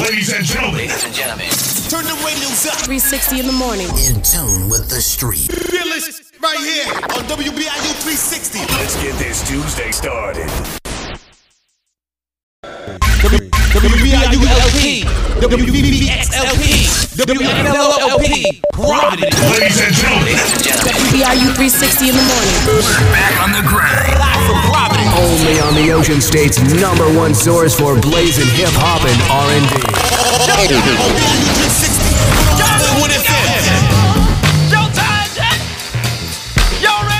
Ladies and gentlemen, Ladies and gentlemen, 360 in the morning. In tune with the street. right here on WBIU 360. let's get this Tuesday started. WBIU LP, WBBXLP, WLLP, Ladies and gentlemen, ladies and gentlemen, BRU 360 in the morning. live from Providence Only on the Ocean State's number one source for blazing hip hop and R&B.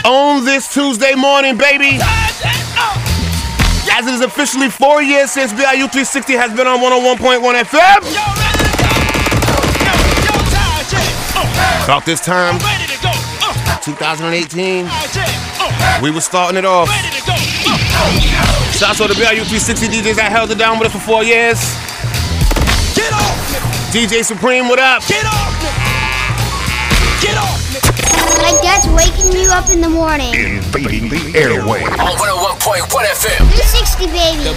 on this Tuesday morning, baby. As it is officially four years since BIU 360 has been on 101.1 FM. About this time, 2018, we were starting it off. Shouts out to BIU 360 DJs that held it down with us for four years. DJ Supreme, what up? My dad's waking you up in the morning. invading the airway. on 101.1 FM. 360, baby.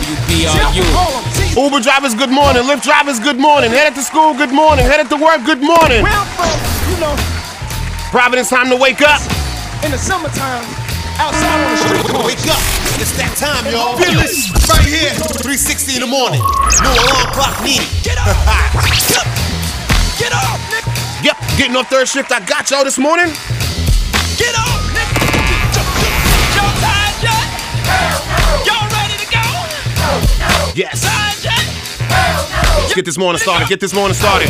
Uber drivers, good morning. Lyft drivers, good morning. Headed to school, good morning. Headed to work, good morning. Well, folks, you know, Providence, time to wake up. in the summertime, outside on the street corner, Wake up. It's that time, y'all. Right here, 360 in the morning. No alarm clock needed. get off, nigga, Yep, getting on third shift. I got y'all this morning. get off, nigga. Y'all tired yet? Y'all ready to go? Yes. Tired yet? Let's get this morning started. Get this morning started.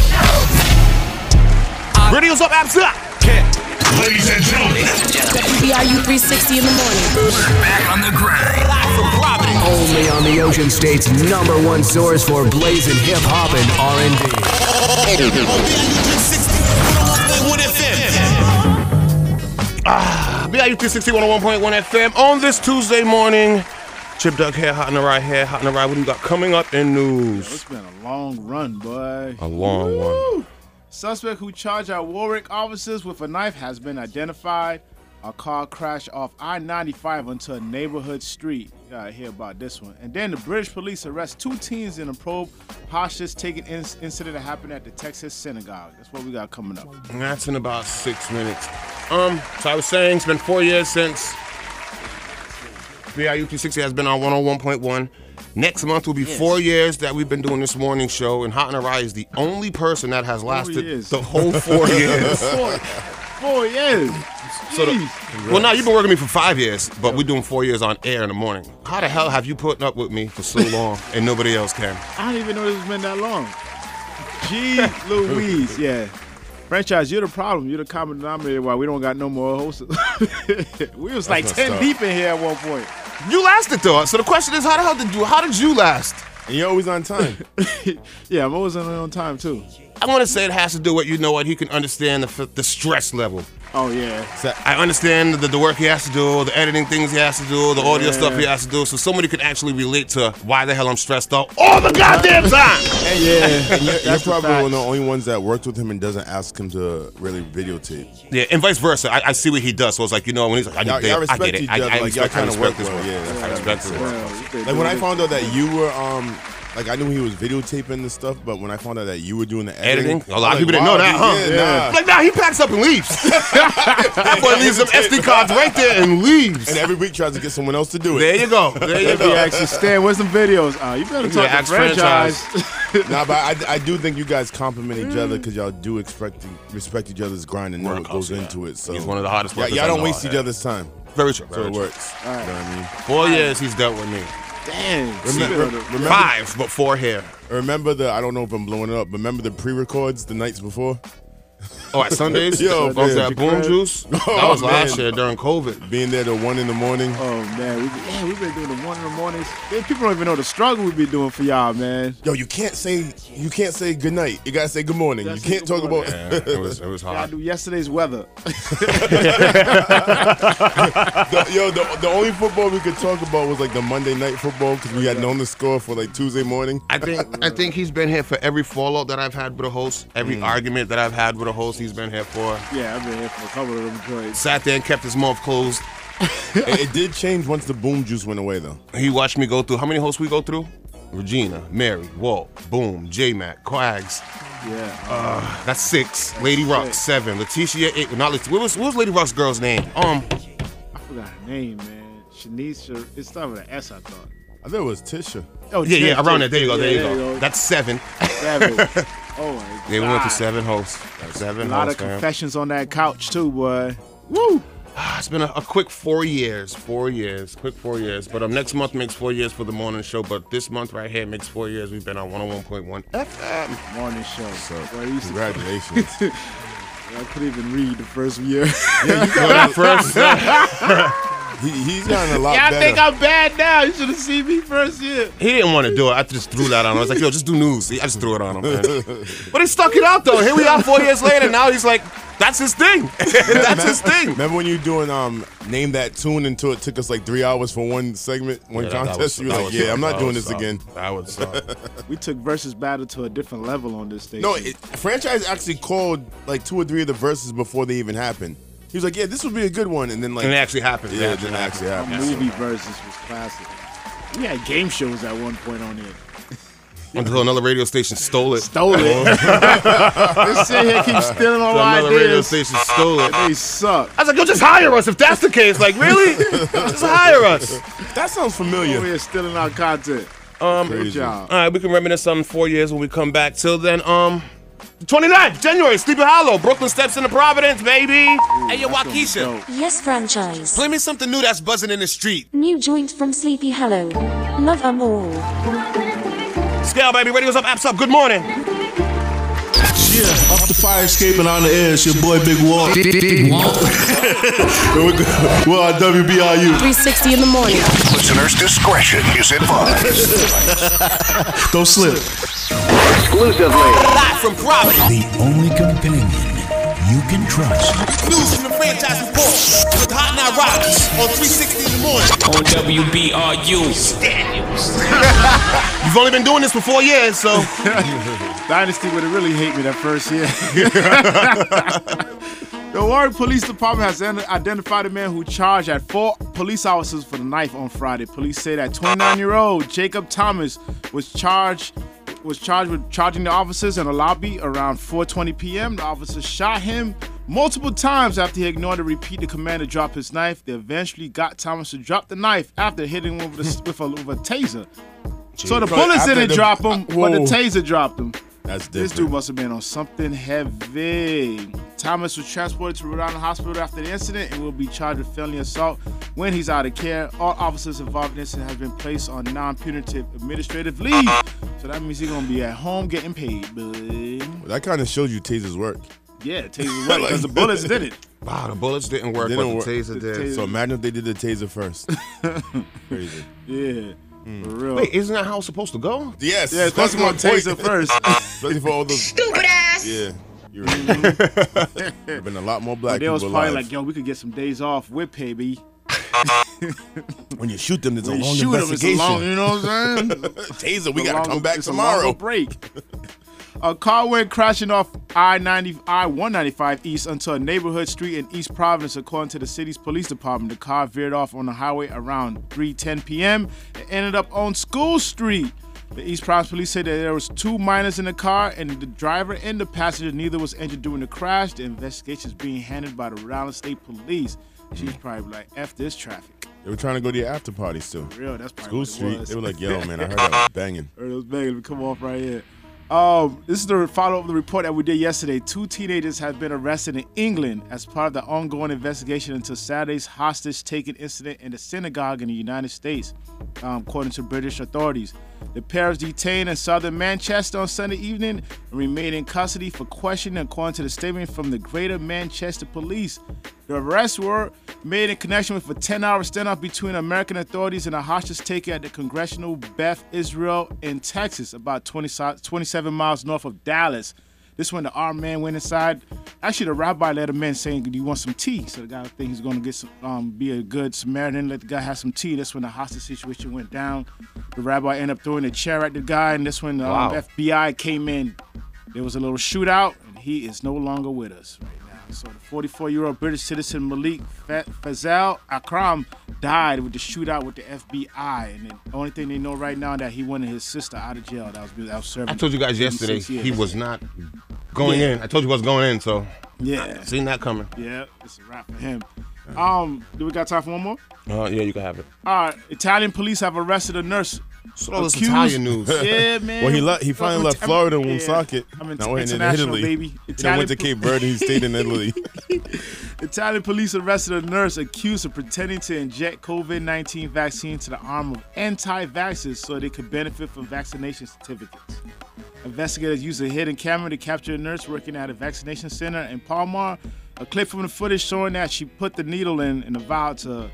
Radio's up, apps up. Ladies and gentlemen, Ladies and gentlemen, BRU 360 in the morning. Live from Providence. Only on the Ocean State's number one source for blazing hip hop and R&B. BIU 360 101.1 FM on this Tuesday morning. Chip Duck hair, hot in the right hair, hot in the right. What do you got coming up in news? It's been a long run, boy. A long one. Suspect who charged our Warwick officers with a knife has been identified. A car crashed off I 95 onto a neighborhood street. You gotta hear about this one. And then the British police arrest two teens in a probe hostage taking in- incident that happened at the Texas synagogue. That's what we got coming up. And That's in about six minutes. Um, so I was saying it's been four years since BIU 360 has been on 101.1. Next month will be four years that we've been doing this morning show, and Hot and Arai is the only person that has lasted years. the whole four years. Four, four years. So the- well, now you've been working with me for five years, but we're doing four years on air in the morning. How the hell have you put up with me for so long and nobody else can? I didn't even know this has been that long. G. Louise, yeah. Franchise, you're the problem. You're the common denominator. Why we don't got no more hosts? we was like messed ten up. deep in here at one point. You lasted though, so the question is, how the hell did you? How did you last? And you're always on time. yeah, I'm always on, on time too. I want to say it has to do with you know what he can understand the, f- the stress level. Oh yeah, So I understand the, the work he has to do, the editing things he has to do, the audio Yeah. stuff he has to do, so somebody could actually relate to why the hell I'm stressed out all the goddamn time. and yeah. You're, you're That's the probably one of the facts. only ones that worked with him and doesn't ask him to really videotape. yeah, and vice versa. I, I see what he does, so it's like you know when he's like, I Y'all- need y'all this, I get respect it. each I, other, I like, y'all respect, I kinda respect work this well. one. Yeah, that's I how respect this one. Well, you could Like do when I this. found out that you were, um, like I knew he was videotaping the stuff, but when I found out that you were doing the editing, Editing, a lot of I'm people didn't like, know wow, that, huh? dude, Yeah, nah. Like now nah, he packs up and leaves. that boy leaves some SD cards right there and leaves. And every week tries to get someone else to do it. There you go. There you If you go. actually stand with some videos, uh, you better Yeah, talk to ask franchise. franchise. nah, but I, I do think you guys compliment each other Mm. because y'all do expect respect each other's grind and know Work what goes hustle, yeah. into it. So He's one of the hardest Yeah, workers y'all I don't know, waste yeah. each other's time, Very true. so Very it true. works. You know what I mean? Four years he's dealt with me. Damn. Remember- see, remember- Five, but four here. Remember the I don't know if I'm blowing it up, but remember the pre-records the nights before? Oh, at Sundays, Yo, going to man. that Boom Juice. That Oh, was last man. year during COVID. Being there till one in the morning. Oh man, we man, we've been doing the one in the mornings. Man, people don't even know the struggle we be doing for y'all, man. Yo, you can't say you can't say good night. You gotta say good morning. Gotta You say can't good talk morning. about it was it was I hard. do yesterday's weather. the, yo. The, the only football we could talk about was like the Monday night football because we had known the score for like Tuesday morning. I think I think he's been here for every fallout that I've had with a host, every Mm. argument that I've had with a host. He's been here for. Yeah, I've been here for a couple of them joints. Sat there and kept his mouth closed. it, it did change once the boom juice went away though. He watched me go through. How many hosts we go through? Regina, Mary, Walt, Boom, J Mac, Quags. Yeah. Uh, that's six. Lady Rock, seven. Letitia, eight. Not Letitia. What was, what was Lady Rock's girl's name? Um, I forgot her name, man. Shanisha. It started with an S, I thought. I thought it was Tisha. Oh, yeah, yeah, Tish, around Tish, that. There you go, yeah, there you go. That's seven. Seven. Oh my god. They went to seven hosts. Seven A lot of hosts, fam. confessions on that couch too, boy. Woo! Ah, It's been a, a quick four years, four years, quick four years. But um, next month makes four years for the morning show. But this month right here makes four years. We've been on 101.1 FM. Morning show. So, Boy, I used to- Congratulations. I couldn't even read the first year. first, he, he's gotten a lot Y'all better. think I'm bad now? You should have seen me first year. he didn't want to do it. I just threw that on him. I was like, yo, just do news. I just threw it on him, man. But he stuck it out though. Here we are, four years later. Now he's like, that's his thing. that's his thing. Remember when you were doing um name that tune until it took us like three hours for one segment, one Yeah, that- that contest? was- you were that like, was- yeah, I'm not that doing was this solid. again. That would suck. We took versus battle to a different level on this station. No, it, franchise actually called like two or three of the verses before they even happened. He was like, yeah, this would be a good one, and then like And it actually happened. Yeah, it didn't actually Our happen. movie versus was classic. We had game shows at one point on here. Until another radio station stole it. Stole it. Just sit here, keep stealing all Until my another radio ideas. station stole it. They suck. I was like, yo, just hire us if that's the case. Like, really? just hire us. That sounds familiar. We're stealing our content. Good Crazy. job. Um, All right, we can reminisce on four years when we come back. Till then, um, 29th, January, Sleepy Hollow, Brooklyn Steps into Providence, baby. hey, yo, Waukesha, Yes, franchise. play me something new that's buzzing in the street. New joint from Sleepy Hollow. Love 'em all. Scale, baby, radio's up, apps up, good morning. Yeah, off the fire escape and on the air, it's your boy Big Walt. Big Walt. we're, go- we're on WBRU. 360 in the morning. Listener's discretion is advised. Don't slip. Exclusively. Live from Providence. The only companion you can trust. News from the franchise report with Hot Now Rockets on 360 in the morning. On WBRU. You've only been doing this for four years, so. Dynasty would have really hate me that first year. the Warren Police Department has en- identified a man who charged at four police officers for the knife on Friday. Police say that 29-year-old Jacob Thomas was charged was charged with charging the officers in a lobby around 4:20 p.m. The officers shot him multiple times after he ignored a repeated command to drop his knife. They eventually got Thomas to drop the knife after hitting him with a, with a, with a taser. So the Bro, bullets after didn't the- drop him, but the Whoa. taser dropped him. That's This dude different. must have been on something heavy. Thomas was transported to Rhode Island Hospital after the incident and will be charged with felony assault when he's out of care. All officers involved in the incident have been placed on non-punitive administrative leave. So that means he's gonna be at home getting paid, but That kind of shows you Taser's work. yeah, taser right because the bullets did it. Wow, the bullets didn't work, They but don't work. the taser The did. taser- So imagine if they did the Taser first. Crazy. Hmm. Yeah, for real. Wait, isn't that how it's supposed to go? Yes. yeah, it's that's supposed to my go taser taser. first. Especially for all those. Stupid ass. Yeah. You're right. there have been a lot more black Mm-hmm. They people was probably alive. like, yo, we could get some days off with pay, B. when you shoot them, there's a They long shoot 'em, it's a investigation. long, you know what I'm saying? taser, we It's a gotta longer- come back it's a longer tomorrow. break. A car went crashing off I ninety I one ninety five east onto a neighborhood street in East Providence, according to the city's police department. The car veered off on the highway around 3:10 p.m. and ended up on School Street. The East Providence police said that there was two minors in the car, and the driver and the passenger neither was injured during the crash. The investigation is being handled by the Rhode Island State Police. She's probably like, "F this traffic." They were trying to go to your after parties too. Real, that's probably School what it Street. was. They were like, yo, man, I heard that was banging. Or those bagels come off right here. Um, this is the follow up of the report that we did yesterday. Two teenagers have been arrested in England as part of the ongoing investigation into Saturday's hostage taking incident in the synagogue in the United States, um, according to British authorities. The pair was detained in southern Manchester on Sunday evening and remain in custody for questioning, according to the statement from the Greater Manchester Police. The arrests were made in connection with a 10 hour standoff between American authorities and a hostage taker at the congressional Beth Israel in Texas, about 20, si- 27 miles north of Dallas. This when the armed man went inside. Actually, the rabbi let him in, saying, "Do you want some tea?" So the guy think he's gonna get some, um, be a good Samaritan, let the guy have some tea. That's when the hostage situation went down. The rabbi ended up throwing a chair at the guy, and that's when the um, Wow. FBI came in. There was a little shootout, and he is no longer with us right now. So the 44 year old British citizen Malik Fa- Fazal Akram died with the shootout with the FBI. And the only thing they know right now that he wanted his sister out of jail. That was, that was serving. I told you guys 56 yesterday he years. was not going Yeah. in. I told you was going in, so Yeah. seen that coming. Yeah, it's a wrap for him. Um, do we got time for one more? Uh, yeah, you can have it. All right, Italian police have arrested a nurse. all this accused- Italian news. Yeah, man. Well, he le- he Look, finally I'm left Ita- Florida and yeah, Woonsocket. I'm in- Now went in international, Italy. baby. Then went to Italian- Cape Verde. He stayed in Italy. Italian police arrested a nurse accused of pretending to inject COVID 19 vaccine to the arm of anti vaxxers so they could benefit from vaccination certificates. Investigators used a hidden camera to capture a nurse working at a vaccination center in Palmar. A clip from the footage showing that she put the needle in in a vial to,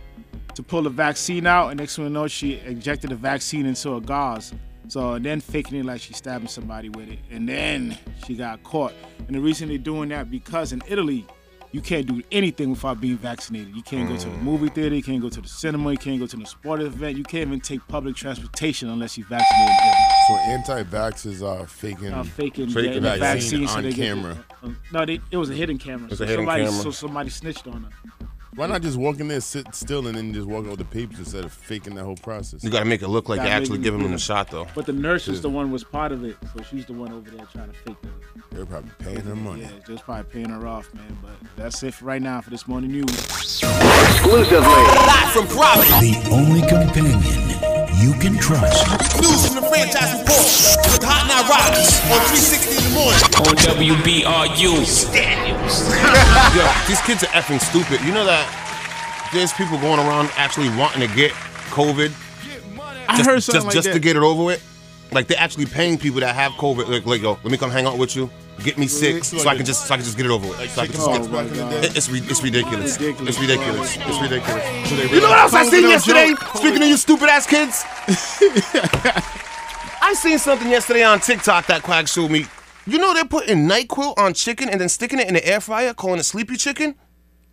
to pull the vaccine out, and next thing we know, she injected the vaccine into a gauze. So and then faking it like she's stabbing somebody with it, and then she got caught. And the reason they're doing that because in Italy, you can't do anything without being vaccinated. You can't go to the Mm. movie theater, you can't go to the cinema, you can't go to the sport event, you can't even take public transportation unless you're vaccinated. So anti-vaxxers are faking, Are faking faking getting the vaccine, vaccine so on they get- camera. No, they, it was a hidden camera. It's so a hidden somebody, camera. So somebody snitched on her. Why not just walk in there, sit still, and then just walk out with the papers instead of faking that whole process? You gotta make it look like Gotta you're actually make it- giving them the shot, though. But the nurse was Yeah. the one who was part of it, so she's the one over there trying to fake the. They're probably paying her money. Yeah, just probably paying her off, man. But that's it for right now for this morning news. Exclusively live from Providence. The only companion you can trust. News from the franchise report with Hot Night Rocks on 360 in the morning. On WBRU. Yo, these kids are effing stupid. You know that there's people going around actually wanting to get COVID. I just, heard something just, like just that. to get it over with. Like they're actually paying people that have COVID. Like, like yo, let me come hang out with you. Get me sick so I can just so I can just get it over with. So I chicken can just pox back in the get- day. It- it's, ri- it's ridiculous. It's ridiculous. It's ridiculous. You know what else I seen yesterday? Speaking of you stupid ass kids, I seen something yesterday on TikTok that Quack showed me. You know they're putting Nyquil on chicken and then sticking it in the air fryer, calling it sleepy chicken.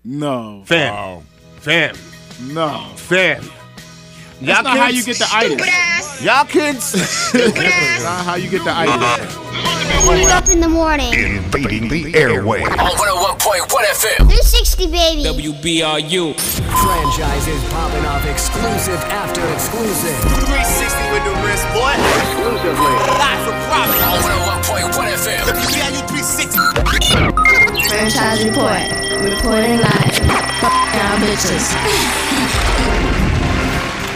No. Fam. Fam. No. Fam. That's not how you get the itis. Y'all kids. That's not how you get the itis. Wake up in the morning. Invading the airway. On 101.1 FM. 360, baby. WBRU. Franchises popping off exclusive after exclusive. 360 with the wrist, boy. Exclusively. Live from Providence. 101.1 FM. WBRU 360. Franchise report. Reporting live. Fuck y'all bitches.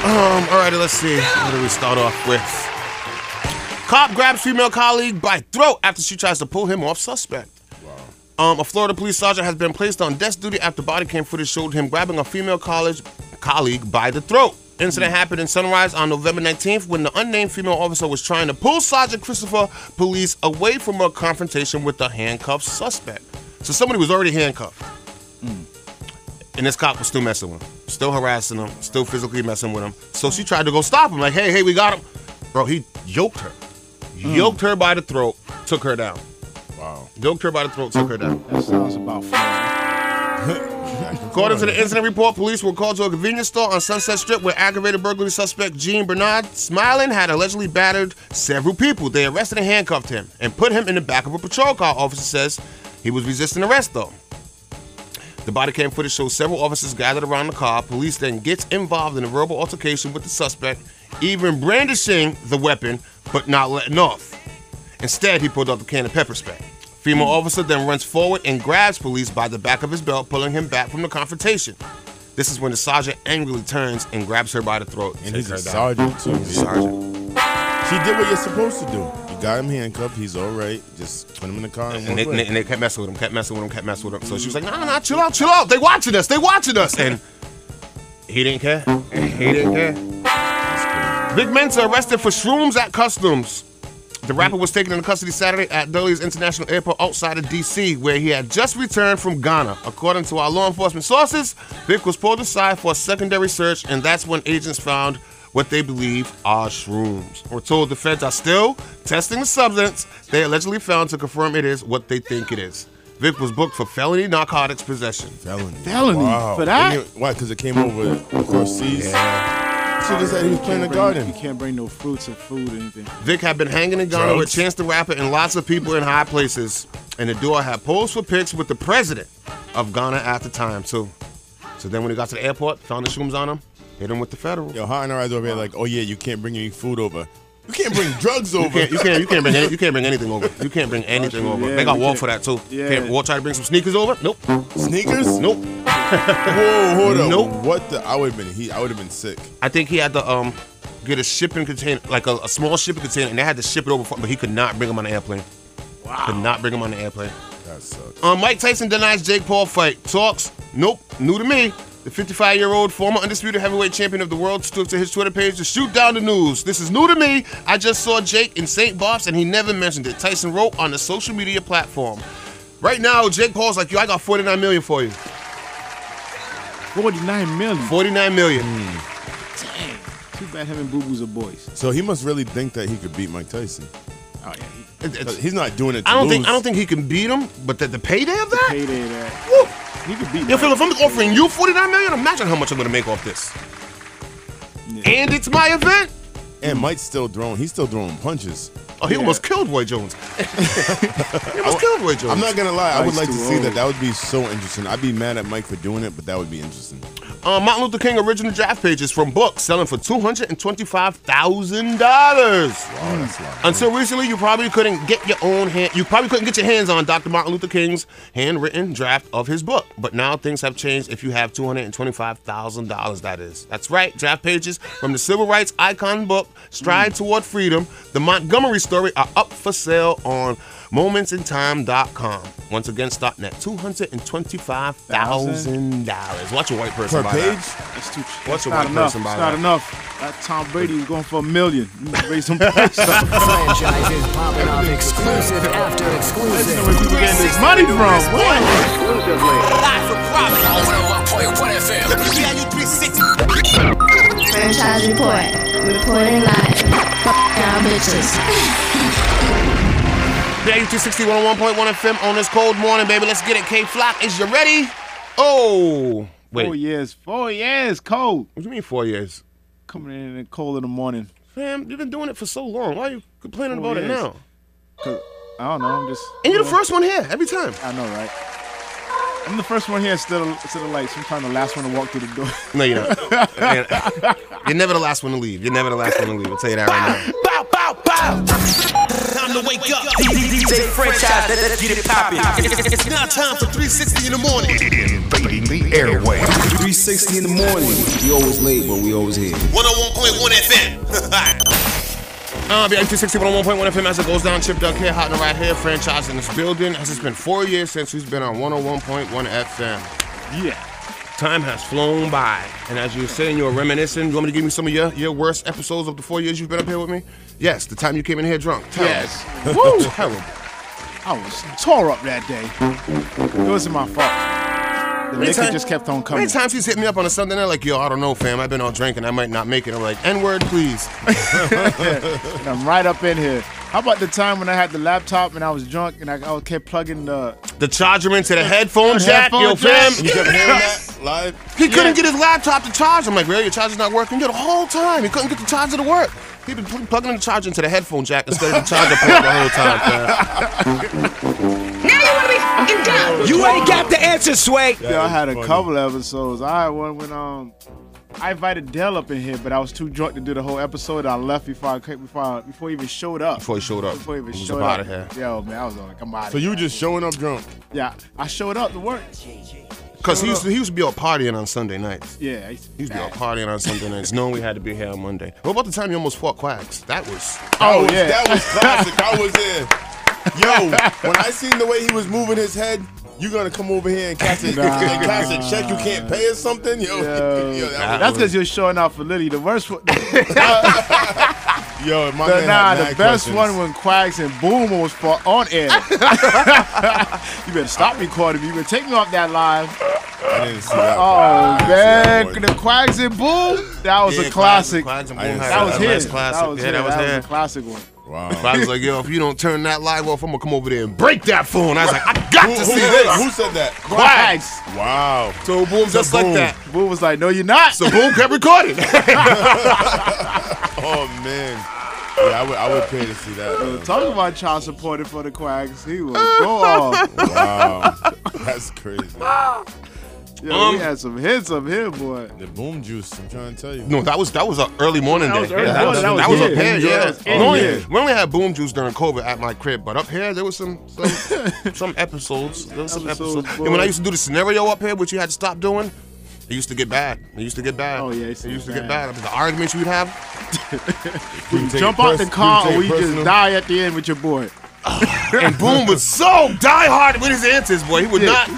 Um, all right, let's see. What do we start off with? Cop grabs female colleague by throat after she tries to pull him off suspect. Um, a Florida police sergeant has been placed on desk duty after body cam footage showed him grabbing a female college colleague by the throat. Incident happened in Sunrise on November 19th when the unnamed female officer was trying to pull Sergeant Christopher Police away from a confrontation with the handcuffed suspect. So somebody was already handcuffed. And this cop was still messing with him, still harassing him, still physically messing with him. So she tried to go stop him, like, hey, hey, we got him. Bro, he yoked her. Hmm. Yoked her by the throat, took her down. Wow. Yoked her by the throat, took her down. That sounds about According to the incident report, police were called to a convenience store on Sunset Strip where aggravated burglary suspect Jean Bernard Smiling had allegedly battered several people. They arrested and handcuffed him and put him in the back of a patrol car. Officer says he was resisting arrest though. The body cam footage shows several officers gathered around the car. Police then gets involved in a verbal altercation with the suspect, even brandishing the weapon, but not letting off. Instead, he pulled out the can of pepper spray. Female officer then runs forward and grabs police by the back of his belt, pulling him back from the confrontation. This is when the sergeant angrily turns and grabs her by the throat. And takes he's a her down. sergeant too. He's a sergeant. She did what you're supposed to do. You got him handcuffed. He's all right. Just put him in the car and, And they, walk and, away. they, and they kept messing with him, kept messing with him, kept messing with him. So she was like, "Nah, nah, chill out, chill out. They watching us. They watching us." And he didn't care. He didn't care. Big Mensa arrested for shrooms at customs. The rapper was taken into custody Saturday at Dulles International Airport outside of D.C., where he had just returned from Ghana. According to our law enforcement sources, Vic was pulled aside for a secondary search, and that's when agents found what they believe are shrooms. We're told the feds are still testing the substance they allegedly found to confirm it is what they think it is. Vic was booked for felony narcotics possession. Felony. Felony Wow. for that? And it- why? Because it came over across seas. Yeah. She just said he was playing the You can't bring- garden. You can't bring no fruits or food or anything. Vic had been hanging in Ghana with Drugs. Chance the Rapper and lots of people in high places, and the duo had posed for pics with the president. of Ghana at the time too. So then when they got to the airport, found the shrooms on them, hit them with the federal. Yo, hot and eyes over here like, oh yeah, you can't bring any food over. You can't bring drugs You over. can't, you can't, you can't bring, any, you can't bring anything over. You can't bring anything over. Yeah, they got we wall can't- for that too. yeah. Can't wall try to bring some sneakers over. Nope. Sneakers? Nope. Whoa, hold up. Nope. What the? I would have been. He, I would have been sick. I think he had to um get a shipping container, like a, a small shipping container, and they had to ship it over, for, but he could not bring him on the airplane. Wow. Could not bring him on the airplane. That sucks. Um, Mike Tyson denies Jake Paul fight. Talks, nope, new to me. The 55 year old former undisputed heavyweight champion of the world stood to his Twitter page to shoot down the news. This is new to me. I just saw Jake in St. Bob's and he never mentioned it. Tyson wrote on the social media platform. Right now, Jake Paul's like, yo, I got 49 million for you. 49 million. 49 million. Too bad him and Boo Boo's are boys. So he must really think that he could beat Mike Tyson. Oh yeah. But He's not doing it. To I don't lose. think I don't think he can beat him, but the, the payday of that? payday of that. Woo! He can beat Yo, Phil, if I'm offering you 49 million, imagine how much I'm gonna make off this. And it's my event. And Mike's still throwing. He's still throwing punches. Oh, he almost killed Roy Jones. he almost killed Roy Jones. I'm not gonna lie. I would Mike's like to Oh, too see old. that. That would be so interesting. I'd be mad at Mike for doing it, but that would be interesting. Uh, Martin Luther King original draft pages from books selling for two hundred and twenty-five thousand dollars. Wow, that's a lot. Until recently, you probably couldn't get your own hand. You probably couldn't get your hands on Dr. Martin Luther King's handwritten draft of his book. But now things have changed. If you have two hundred and twenty-five thousand dollars, that is. That's right. Draft pages from the civil rights icon book "Stride Hmm. Toward Freedom: The Montgomery Story" are up for sale on momentsintime.com. Once again, start net two hundred and twenty-five thousand dollars. Watch a white person Per buy page? That. That's too. What's That's a not white enough. person It's buy not that? enough. That Tom Brady was going for a million. You better Raise some price. Franchise is popping off exclusive after exclusive. Where people getting this money from? What? Franchise report. Reporting live. Fuck y'all bitches. Big 260 101.1 FM on this cold morning, baby. Let's get it. K Flock, is you ready? Oh, wait. Four years. Four years cold. What do you mean four years? Coming in and cold in the morning. Fam, you've been doing it for so long. Why are you complaining Four about it years. now? 'Cause- I don't know. I'm just. And you're the first one here every time. I know, right? I'm the first one here instead of, instead of like sometimes the last one to walk through the door. No, you're not. you're never the last one to leave. You're never the last one to leave. I'll tell you that right now. Time to wake up. DJ Franchise, let- let's get it poppin'. It's now time for 360 in the morning. Invading the airway. 360 in the morning. We always late, but we always here. 101.1 FM. Uh, Big 260 101.1 FM as it goes down. Chip Duck here, hot and right here, franchise in this building. As it's been four years since we've been on 101.1 FM. Yeah. Time has flown by. And as you were saying, you were reminiscing. You want me to give me some of your, your worst episodes of the four years you've been up here with me? Yes, the time you came in here drunk. Terrible. Yes. Woo! Terrible. I was tore up that day. It wasn't my fault. The Many liquor times- just kept on coming. Many times he's hit me up on a Sunday night like, yo, I don't know, fam. I've been all drinking. I might not make it. I'm like, N word, please. and I'm right up in here. How about the time when I had the laptop and I was drunk and I, I kept plugging the The charger into the headphone jack, Headphone yo, jack. fam. You kept hearing that live? He couldn't get his laptop to charge. I'm like, really? Your charger's not working? Yo, the whole time. He couldn't get the charger to work. He'd been pl- plugging the charger into the headphone jack instead of the charger port the whole time, fam. Now you wanna be fucking dumb. You ain't got the answer, Sway. Yeah, I had a couple episodes. I had one when um I invited Dell up in here, but I was too drunk to do the whole episode. I left before I came- before I, before he even showed up. Before he showed up. Before he even He was showed up up. outta here. Yo, man, I was like, I'm out. So you were just showing up drunk. yeah, I showed up to work. Because he used, to, he used to be out partying on Sunday nights. Yeah, I used to He used to be out bad. partying on Sunday nights, knowing we had to be here on Monday. What about the time you almost fought Quacks? That was. That Oh, was, yeah. that was classic. I was in. Yo, when I seen the way he was moving his head, you gonna come over here and cash a, Nah. and cash a check you can't pay or something? Yo, yo, that That's was- because you're showing off for Liddy. The worst one, yo, my the, man nah, had the mad best questions. one when Quacks and Boom was fought on air. you better stop recording me. You better take me off that live. I didn't see that. Oh I didn't see that man, one. the Quacks and Boom. That was Yeah, a Quacks and- classic. Quacks and I Boom didn't had that that was last his. classic. That was Yeah, his. that was that his. was a classic one. I was like, yo, if you don't turn that live off, I'm gonna come over there and break that phone. I was like, I got Who, to who see said- this. who said that? Quacks. Wow. So boom, just like boom. that. Boom was like, "No, you're not." So boom kept recording. Oh man. Yeah, I would, I would pay to see that. man. Talk about child supported for the quacks. He was go off. Wow, that's crazy. Yeah, Um, we had some hits up here, boy. The boom juice. I'm trying to tell you. No, that was that was an early morning That day. was early yeah, morning. that, That was, was up in here. here. Yeah, That was in We only- here. we only had boom juice during COVID at my crib, but up here there was some some, some episodes. There was some Episodes, episodes. boy. And when I used to do the scenario up here, which you had to stop doing, it used to get bad. It used to get bad. Oh yeah, it used to, get bad. I mean, the arguments we'd have. We jump out the car or we just die at the end with your boy. and Boom was so diehard with his answers, boy. He would not.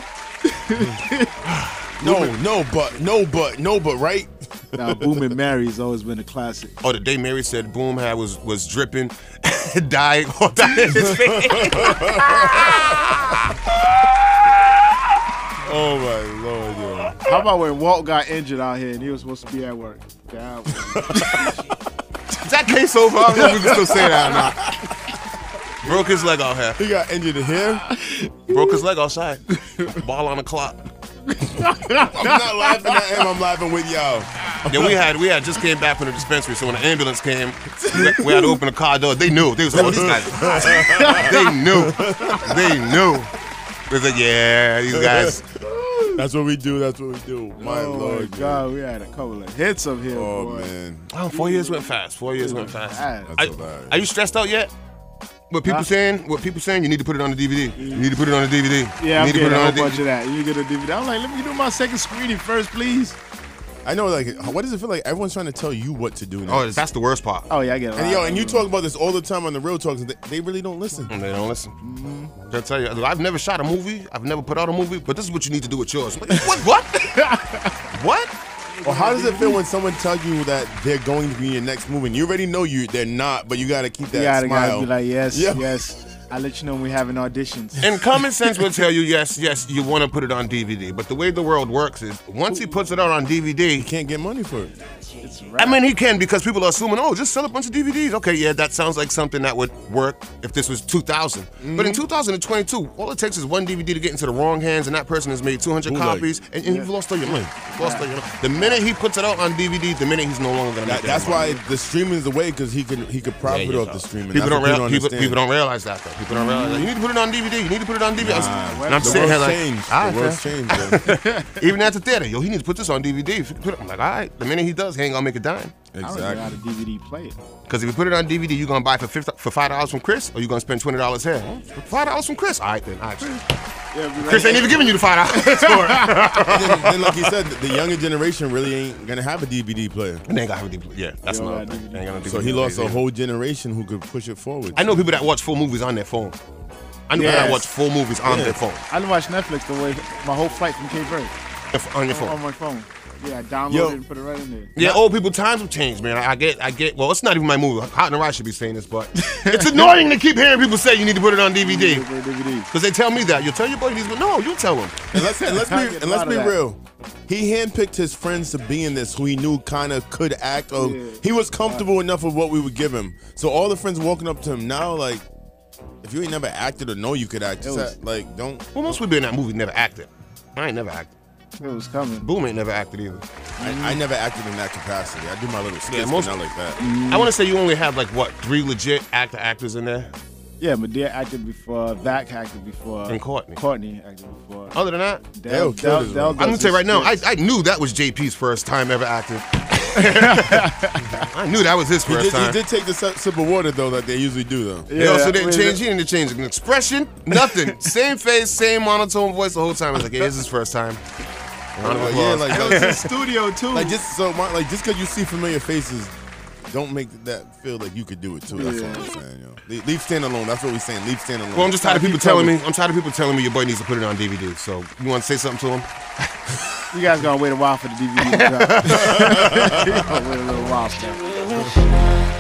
No, no, but no, but no, but right. Now, Boom and Mary's always been a classic. Oh, the day Mary said Boom had was was dripping, dying all down his face. Oh my lord, yo. How about when Walt got injured out here and he was supposed to be at work? That was- Is that case over? I don't know if we can still say that or not. Broke his leg out here. He got injured here. Oh, Broke his leg outside. Ball on the clock. I'm not laughing at him. I'm laughing with y'all. Then we had we had just came back from the dispensary, so when the ambulance came, we, we had to open the car door. They knew. They was like, oh, these guys. they knew. They knew. They was like, yeah, these guys. That's what we do. That's what we do. My oh lord, my God, we had a couple of hits up here, Oh boy. man. Oh, four years went fast. Four years went fast. That's a lie. I- are you stressed out yet? What people saying? What people saying? You need to put it on the DVD. You need to put it on the DVD. Yeah, you I'm need to getting put it a whole on the bunch DVD. of that. You get a DVD. I'm like, let me do my second screening first, please. I know, like, what does it feel like? Everyone's trying to tell you what to do. Now. Oh, that's the worst part. Oh yeah, I get it. And yo, and you talk about this all the time on the real talks. They, they really don't listen. Mm-hmm. And Mm, They don't listen. They'll tell you. I've never shot a movie. I've never put out a movie. But this is what you need to do with yours. I'm like, what? What? what? Well, how does it feel when someone tells you that they're going to be in your next movie? And you already know you they're not, but you gotta keep that you gotta, smile. gotta be like, yes, Yeah. yes. I let you know when we having auditions. And common sense will tell you, yes, yes, you want to put it on DVD. But the way the world works is once he puts it out on DVD, he can't get money for it. It's I mean, he can because people are assuming, oh, just sell a bunch of DVDs. Okay, yeah, that sounds like something that would work if this was 2000. But in Mhm. 2022, all it takes is one DVD to get into the wrong hands, and that person has made 200 Bootleg. copies, and, and you've lost all your money. Lost all your money. The minute he puts it out on DVD, the minute he's no longer gonna. That- make that that's money. why the streaming is the way because he can he could profit Yeah, yeah, off yeah. the streaming. People That's don't, what real, people, understand. people don't realize that though. People don't realize that. You need to put it on DVD. You need to put it on DVD. I was- Nah, and I'm the sitting here world's like, "Ah, changed. The all right, world's fam. changed, Even at the theater, yo, he needs to put this on DVD. If you put it- I'm like, all right. The minute he does, he ain't gonna make a dime. I don't know how to DVD play it. Because if you put it on DVD, you gonna buy it for fif- for five dollars from Chris, or you gonna spend twenty dollars here. "Oh, for Five dollars from Chris. All right then. All right. Yeah, we Chris like- ain't even giving you the five dollars for it. And then, then like you said, the younger generation really ain't gonna have a DVD player. They ain't gonna have a DVD. Yeah, that's They don't another got thing. They ain't gonna So DVD he lost player, a yeah. whole generation who could push it forward. I know people that watch full movies on their phone. I know people Yes. that watch full movies on Yeah. their phone. I done watched Netflix the way my whole flight from Cape Verde. If- On your phone. On my phone. Yeah, I downloaded Yo. it and put it right in there. Yeah, old people times have changed, man. I I get, I get. Well, it's not even my movie. Hot and Rod should be saying this, but it's annoying to keep hearing people say you need to put it on DVD. Because they tell me that. You tell your buddy, he's no, you tell him. And let's, and let's Can't be get and let's proud of that. be real. He handpicked his friends to be in this who he knew kind of could act or Yeah. he was comfortable enough with what we would give him. So all the friends walking up to him now, like, if you ain't never acted or know you could act, It just was- act- like don't Well, most people in that movie never acted. I ain't never acted. It was coming. Boom ain't never acted either. I, I never acted in that capacity. I do my little skits, Yeah, but most- not like that. I want to say you only have like what three legit actor actors in there. Yeah, Madea acted before, Vac acted before. And Courtney. Courtney acted before. Oh, Other than that, Del- Del- Del I'm gonna does tell you his right now, I, skits. I knew that was JP's first time ever acting. I knew that was his He first did, time. he did take the si- sip of water though that they usually do though. They also didn't change. He didn't change an expression. Nothing. same face, same monotone voice the whole time. I was like, yeah, this is his first time. Round of Like, yeah, applause. like studio too. Like just so, my, like just because you see familiar faces, don't make that feel like you could do it too. That's Yeah. what I'm saying. Yo. Le- Leave, stand alone. That's what we're saying. Leave stand alone. Well, I'm just tired of people telling me. I'm tired of people telling me your boy needs to put it on DVD. So you want to say something to him? You guys gonna wait a while for the DVD to drop. You gonna wait a little while for that.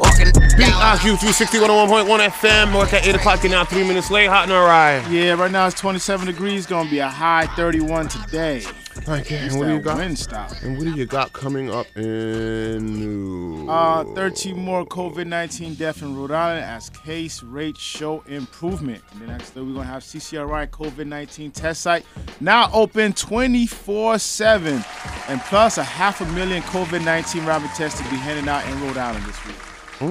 BIQ 360 101.1 FM. Work at 8 o'clock. You're now three minutes late. Hot and all right. Yeah, right now it's 27 degrees. Gonna be a high 31 today. Thank you. It's And what do that you got? wind stop. And what do you got coming up in? Uh, 13 more COVID 19 deaths in Rhode Island as case rates show improvement. And then next day, we're going to have CCRI COVID 19 test site now open 24 7. And plus, a half a million COVID 19 rapid tests to be handed out in Rhode Island this week.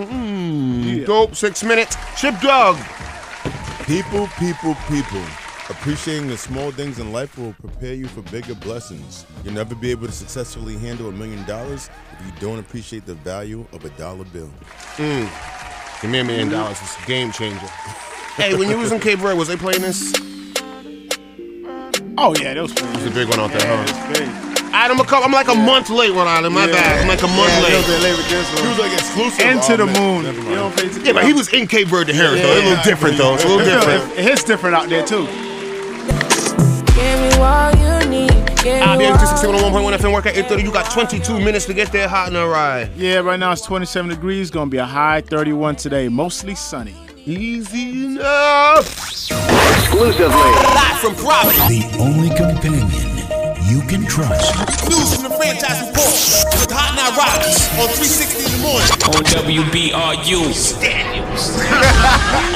Mm, Dope. Six minutes. Chip Dog. People, people, people. Appreciating the small things in life will prepare you for bigger blessings. You'll never be able to successfully handle a million dollars if you don't appreciate the value of a dollar bill. Mm. The mere million dollars is a game changer. Hey, when you was in Cape Verde, was they playing this? Oh yeah, that was playing. It's a big one out there, huh? Adam, a couple, I'm like a month late, Rhode Island. My bad. I'm like a month late. He was like exclusive. Into the moon. Yeah, but he was in Cape Verde to Harris, though. It's a little different, though. It's a little different. It hits different out there, too. Give me all you need. Give I'll be me able all to 101.1 FM work at 8.30. You got 22 minutes to get there hot and awry. Yeah, right now it's 27 degrees. Gonna be a high 31 today, mostly sunny. Easy enough. Live from Providence. The only companion you can trust. News from the franchise report with Hot Night Rockets on 360 in the morning. On WBRU.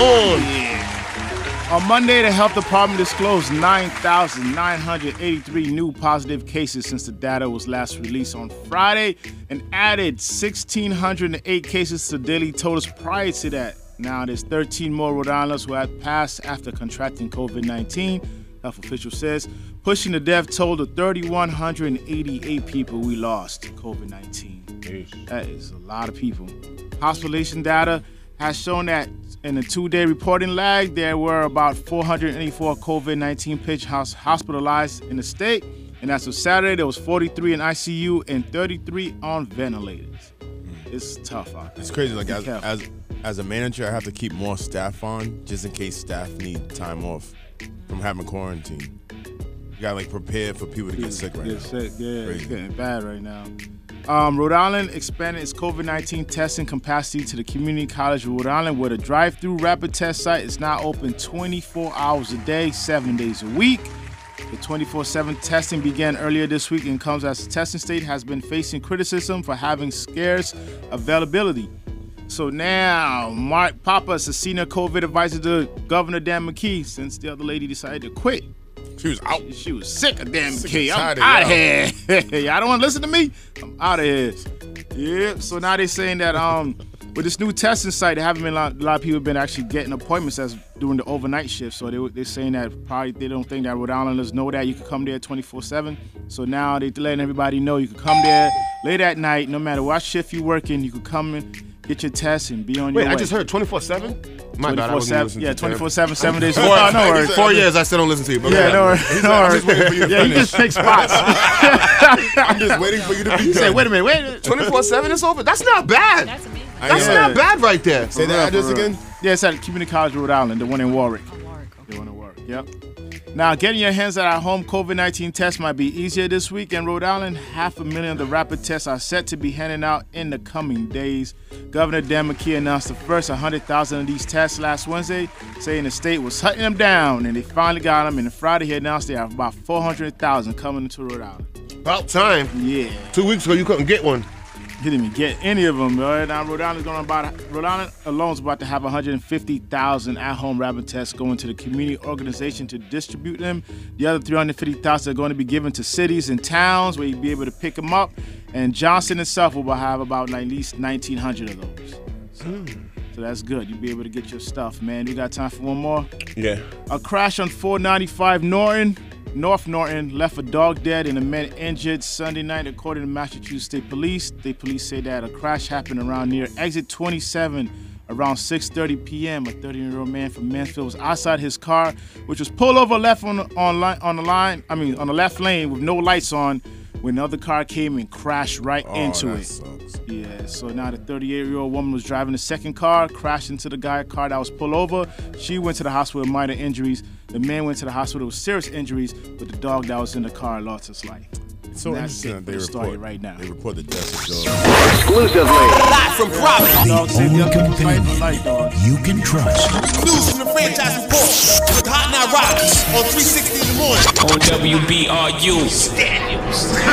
On. On Monday, the health department disclosed 9,983 new positive cases since the data was last released on Friday and added 1,608 cases to daily totals prior to that. Now, there's 13 more Rhode Islanders who have passed after contracting COVID 19, health official says, pushing the death toll to 3,188 people we lost to COVID 19. That is a lot of people. Hospitalization data has shown that in the two-day reporting lag, there were about 484 COVID-19 patients hospitalized in the state, and as of Saturday, there was 43 in ICU and 33 on ventilators. It's tough out there. Hmm. It's crazy. Like Be as, careful. as as a manager, I have to keep more staff on just in case staff need time off from having quarantine. You gotta like prepare for people to get sick right Get now. sick, yeah, it's Crazy. getting bad right now. Um, Rhode Island expanded its COVID 19 testing capacity to the Community College of Rhode Island, where the drive through rapid test site is now open 24 hours a day, seven days a week. The 24 7 testing began earlier this week and comes as the testing state has been facing criticism for having scarce availability. So now, Mark Papa is the senior COVID advisor to Governor Dan McKee since the other lady decided to quit. She was out. She was sick of Dan Sick McKee. and I'm tired of out of y'all. here. y'all don't want to listen to me? I'm out of here. Yep. So now they're saying that um, with this new testing site, there haven't been a lot, a lot of people been actually getting appointments as during the overnight shift. So they they're saying that probably they don't think that Rhode Islanders know that you can come there 24 seven. So now they letting everybody know you can come there late at night, no matter what shift you work in, you can come and get your test and be on Wait, your way. I just heard 24-7? My bad, I wasn't 24/7 listening yeah, to you. 24/7, seven days a Four, week. Oh, no worries. Four years, I still don't listen to you. But Yeah, go no worries. ahead. No I'm just waiting for you worries. to Yeah, you just pick finish. spots. I'm just waiting for you to be You say, done. wait a minute, wait a minute. 24/7, it's over. That's not bad. That's amazing. That's not bad right there. Say that address again? Yeah, it's at Community College, Rhode Island, the one in Warwick. The one in Warwick, yep. Now, getting your hands at our home COVID 19 test might be easier this week. In Rhode Island, half a million of the rapid tests are set to be handed out in the coming days. Governor Dan McKee announced the first 100,000 of these tests last Wednesday, saying the state was hunting them down, and they finally got them. And Friday, he announced they have about 400,000 coming into Rhode Island. About time. Yeah. Two weeks ago, you couldn't get one. He didn't even get any of them, bro. Now Rhode Island's going about Rhode Island alone's about to have 150,000 at-home rapid tests going to the community organization to distribute them. The other 350,000 are going to be given to cities and towns where you'll be able to pick them up. And Johnson itself will have about at least 1,900 of those. So, so that's good. You'll be able to get your stuff, man. You got time for one more? Yeah. A crash on 495 Norton, North Norton, left a dog dead and a man injured Sunday night, according to Massachusetts State Police. The police say that a crash happened around near exit 27 around 6:30 p.m. A 30-year-old man from Mansfield was outside his car, which was pulled over left on on line on the line. I mean, on the left lane with no lights on. When another car came and crashed right into that it. Yeah, so now the 38 year old woman was driving the second car, crashed into the guy car that was pulled over. She went to the hospital with minor injuries. The man went to the hospital with serious injuries, but the dog that was in the car lost his life. So interesting that they report right now. They report the deaths of dogs. Exclusively. Live from Providence. Only companion you can trust. News from the franchise report. With Hot Night Rockets on 360 in the morning. On WBRU.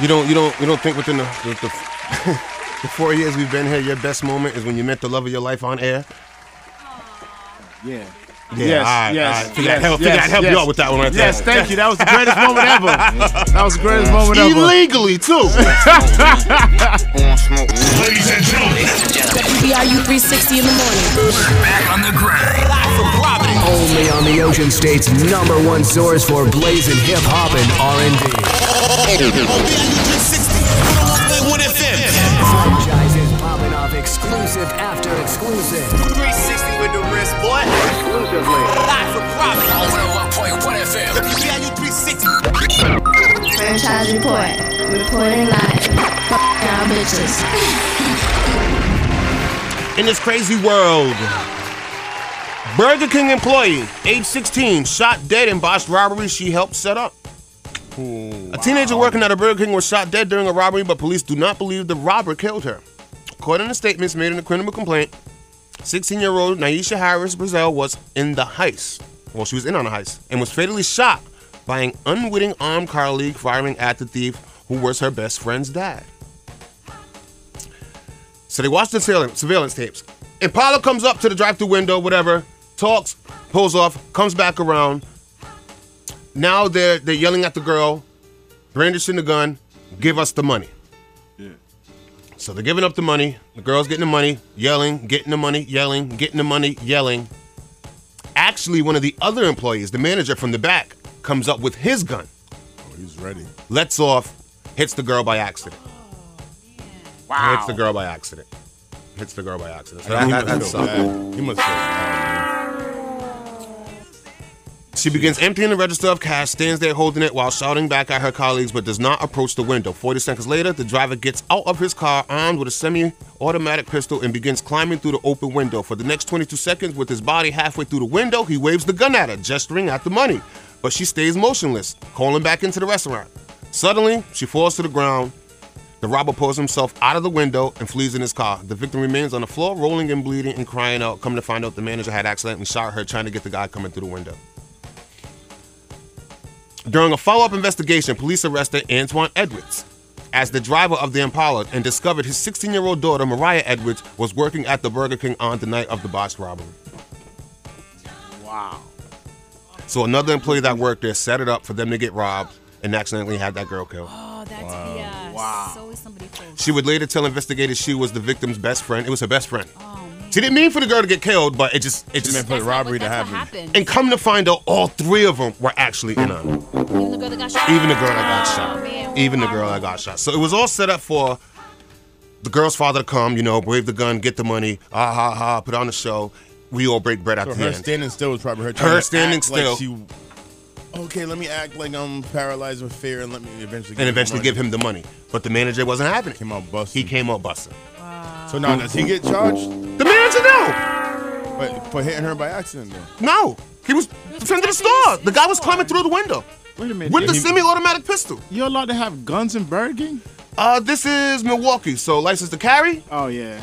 You don't, you don't, you don't think within the the, the, the four years we've been here, your best moment is when you met the love of your life on air. Yeah. Yeah, yes, all right, all yes, right. Figure that help- figure that help you out with that one right there. Yes, thank you. That was the greatest moment ever. That was the greatest moment ever. Illegally, too. Ladies and WBRU 360 in the morning. Back on the grind. Live from Providence. Only on the Ocean State's number one source for blazing hip hop and R&B. One FM. Franchises popping off exclusive after exclusive. 360 with the wrist, boy. Exclusively. Live from Providence. 101.1 FM. WBIU 360. Franchise report. Reporting live. Fucking our bitches. In this crazy world, Burger King employee, age 16, shot dead in botched robbery she helped set up. A teenager working at a Burger King was shot dead during a robbery, but police do not believe the robber killed her. According to statements made in the criminal complaint, 16 year old Naisha Harris Brazil was in the heist. Well, she was in on the heist and was fatally shot by an unwitting armed colleague firing at the thief who was her best friend's dad. So they watch the surveillance surveillance tapes. Impala comes up to the drive through window, whatever, talks, pulls off, comes back around. Now they're, they're yelling at the girl, brandishing the gun, give us the money. So they're giving up the money. The girl's getting the money, yelling, getting the money, yelling, getting the money, yelling. Actually, one of the other employees, the manager from the back, comes up with his gun, He's ready. lets off, hits the girl by accident. Wow. Hits the girl by accident. Hits the girl by accident. So I mean, that- he that- must that feel sucked. bad. He must feel She begins emptying the register of cash, stands there holding it while shouting back at her colleagues, but does not approach the window. 40 seconds later, the driver gets out of his car armed with a semi automatic pistol and begins climbing through the open window. For the next 22 seconds, with his body halfway through the window, he waves the gun at her, gesturing at the money. But she stays motionless, calling back into the restaurant. Suddenly, she falls to the ground. The robber pulls himself out of the window and flees in his car. The victim remains on the floor, rolling and bleeding and crying out. Come to find out, the manager had accidentally shot her, trying to get the guy coming through the window. During a follow up investigation, police arrested Antoine Edwards as the driver of the Impala and discovered his 16 year old daughter, Mariah Edwards, was working at the Burger King on the night of the botched robbery. Wow. So another employee that worked there set it up for them to get robbed and accidentally had that girl killed. Oh, that's yeah. Wow. So is somebody close. She would later tell investigators she was the victim's best friend. It was her best friend. Oh, she didn't mean for the girl to get killed, but it just it just meant for the robbery to happen. happened. And come to find out, all three of them were actually in on it. Even the girl that got shot. Oh, Even the girl that got shot. man. Even the girl that got shot. So it was all set up for the girl's father to come, you know, wave the gun, get the money, ah ha ha, put on the show. We all break bread at So the her end. standing still was probably her. Her trying to standing act still. Like she, okay, let me act like I'm paralyzed with fear and let me eventually. and eventually give him the money. But the manager wasn't having it. Came out busting. He came out busting. So now does he get charged? The manager no. But for hitting her by accident though. No. He was defending the store. The guy was climbing through the window. Wait a minute. With the He- semi-automatic pistol. You're allowed to have guns in Burger King? Uh, this is Milwaukee, so license to carry. Oh yeah.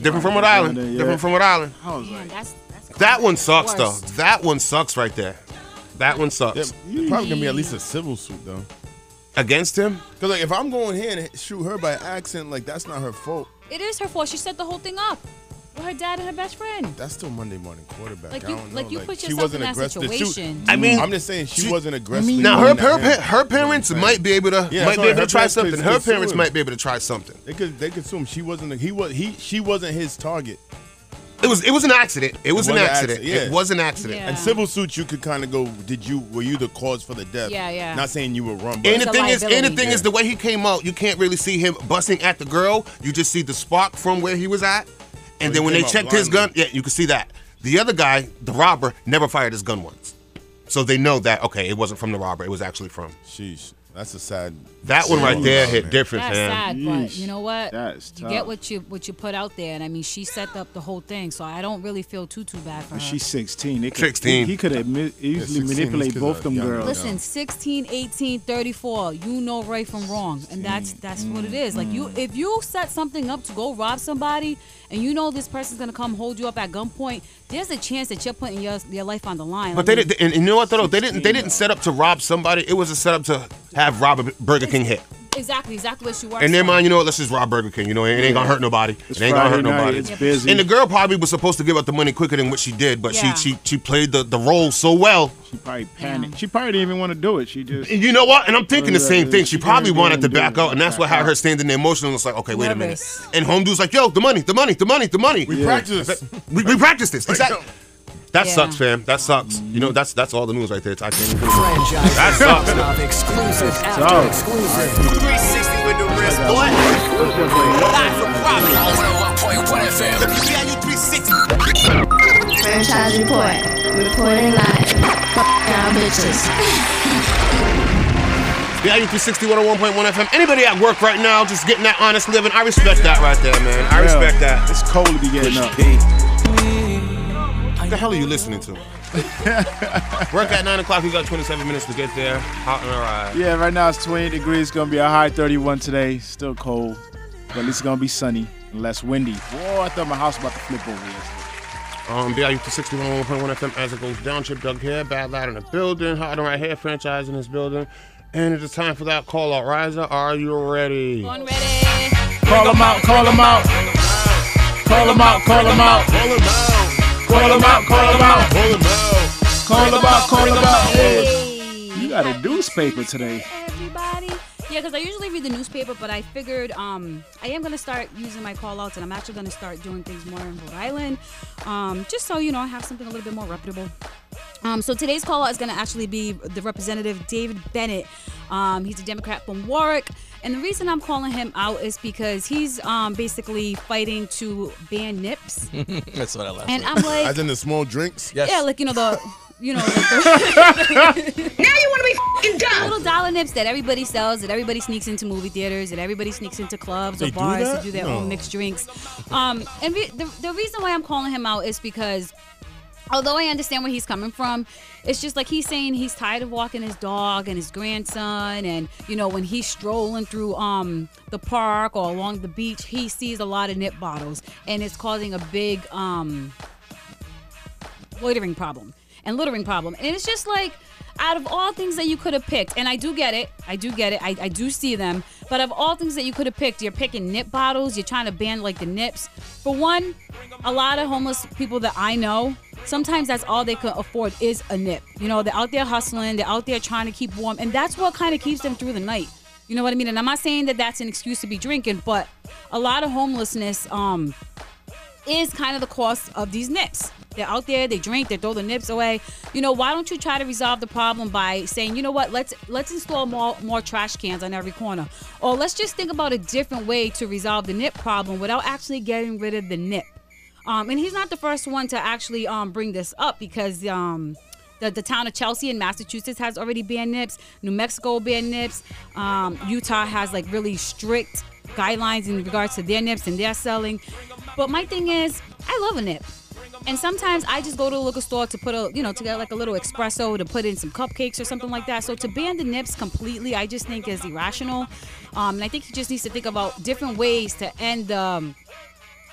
Different from Rhode Island. Yeah. Different from Rhode Island. I was like, That one sucks though. Worse. That one sucks right there. That one sucks. There probably gonna be at least a civil suit though. Against him? Cause like if I'm going here and shoot her by accident, like that's not her fault. It is her fault. She set the whole thing up. With her dad and her best friend. That's still Monday morning quarterback. Like I you- don't know. like you put she yourself wasn't in that aggressive. She- situation. I mean- I'm just saying she wasn't aggressive. Now her her, pa- her parents might be able to Yeah, might so be able her to try parents could- something. Her could sue parents him. might be able to try something. They could they could assume she wasn't he was he she wasn't his target. It was it was an accident. It was an accident. It was an accident. Yeah. And civil suits, you could kind of go. Did you were you the cause for the death? Yeah, yeah. Not saying you were wrong. but- And the thing is, and the thing is, the way he came out, you can't really see him busting at the girl. You just see the spark from where he was at, and he then when they came out checked his gun, yeah, you can see that. The other guy, the robber, never fired his gun once, so they know that okay, it wasn't from the robber. It was actually from. Sheesh. That's a sad. That one right there hit man. different, That's sad, but you know what? That's you get tough. what you what you put out there, and I mean, she set up the whole thing, so I don't really feel too too bad for her. She's 16. They could, 16. He could have mi- easily 16, these manipulate kids both are them young. girls. Listen, 16, 18, 34, you know right from wrong. And that's that's what Mm, it is. Like you if you set something up to go rob somebody and you know this person's gonna come hold you up at gunpoint, there's a chance that you're putting your, your life on the line. But they didn't, and and you know what though? They didn't. They didn't set up to rob somebody. It was a setup to have rob a Burger King hit. Exactly, exactly what she works. In their for. mind, you know what? Let's just rob Burger King. You know, it ain't gonna hurt nobody. It's it ain't gonna hurt Friday night, nobody. it's busy. And the girl probably was supposed to give out the money quicker than what she did, but Yeah. she she she played the, the role so well. She probably panicked. She probably didn't even want to do it. She just. You know what? And I'm thinking the Yeah, same thing. She she probably didn't wanted to do back it. out, and that's what had her standing there emotional. It's like, okay, wait a minute. And home dude's like, yo, the money, the money, the money, the money. We practiced. We, we practiced this. Exactly. That Yeah. sucks, fam. That sucks. You know, that's that's all the news right there. I can't even- Franchise That sucks. of exclusive after tough. exclusive. 360 with the wrist, boy. Live from Providence. On 101.1 FM. BIU 360. Franchise report. Reporting live. Fucking our bitches. BIU 360 101.1 FM. Anybody at work right now just getting that honest living, I respect that right there, man. I Yeah. respect that. It's cold to be getting up. What the hell are you listening to? Work at 9 o'clock, you got 27 minutes to get there. Hot in our eyes. Yeah, right now it's 28 degrees. It's gonna be a high 31 today. Still cold, but at least it's gonna be sunny and less windy. Whoa, I thought my house about to flip over yesterday. Um, BIU 360 101.1 FM as it goes down. Chip Doug here, Bad Loud in the building, Hot in Right Hair franchise in this building. And it is time for that call out. Riser, are you ready? One ready. Call them out, call them out. Call them out, call them out. Call them out, call them out. Call them out, call them out. Yeah. You got a newspaper today. Yeah, because I usually read the newspaper, but I figured um, I am going to start using my call outs and I'm actually going to start doing things more in Rhode Island um, just so, you know, I have something a little bit more reputable. Um, so today's call out is going to actually be the representative David Bennett. Um, he's a Democrat from Warwick. And the reason I'm calling him out is because he's um, basically fighting to ban nips. That's what I laughed And at. I'm like- as in the small drinks. Yeah, like you know the you know like the Now you wanna be fucking dumb. Little dollar nips that everybody sells, that everybody sneaks into movie theaters, that everybody sneaks into clubs They or do bars that? to do their No. own mixed drinks. Um and re- the, the reason why I'm calling him out is because although I understand where he's coming from, it's just like he's saying he's tired of walking his dog and his grandson, and you know when he's strolling through um the park or along the beach, he sees a lot of nip bottles, and it's causing a big um loitering problem and littering problem, and it's just like. Out of all things that you could have picked, and I do get it, I do get it, I, I do see them, but of all things that you could have picked, you're picking nip bottles, you're trying to ban like the nips. For one, a lot of homeless people that I know, sometimes that's all they could afford is a nip. You know, they're out there hustling, they're out there trying to keep warm, and that's what kind of keeps them through the night. You know what I mean? And I'm not saying that that's an excuse to be drinking, but a lot of homelessness um, is kind of the cost of these nips. They're out there, they drink, they throw the nips away. You know, why don't you try to resolve the problem by saying, you know what, let's let's install more more trash cans on every corner. Or let's just think about a different way to resolve the nip problem without actually getting rid of the nip. Um, and he's not the first one to actually um, bring this up because um, the, the town of Chelsea in Massachusetts has already banned nips. New Mexico banned nips. Um, Utah has like really strict guidelines in regards to their nips and their selling. But my thing is, I love a nip. And sometimes I just go to a liquor store to put a, you know, to get like a little espresso to put in some cupcakes or something like that. So to ban the nips completely, I just think is irrational. Um, and I think he just needs to think about different ways to end the. Um,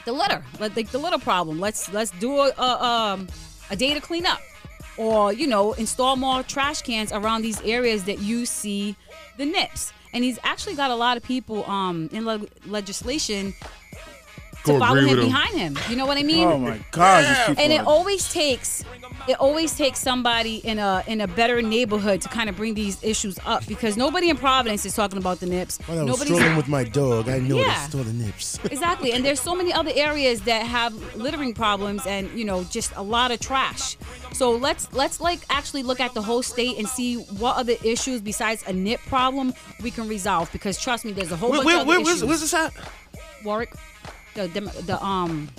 the litter, like the, the litter problem. Let's let's do a, a um a day to clean up, or you know install more trash cans around these areas that you see the nips. And he's actually got a lot of people um in leg legislation to Go follow agree him with him. behind him. You know what I mean? Oh my God, these people And it are- always takes it always takes somebody in a in a better neighborhood to kind of bring these issues up because nobody in Providence is talking about the nips. When I was Nobody's strolling with my dog, I noticed Yeah. all the nips. exactly and there's so many other areas that have littering problems and you know just a lot of trash so let's let's like actually look at the whole state and see what other issues besides a nip problem we can resolve because trust me there's a whole Where- bunch where- of other where- where's- issues where's this at warwick the, Dem- the um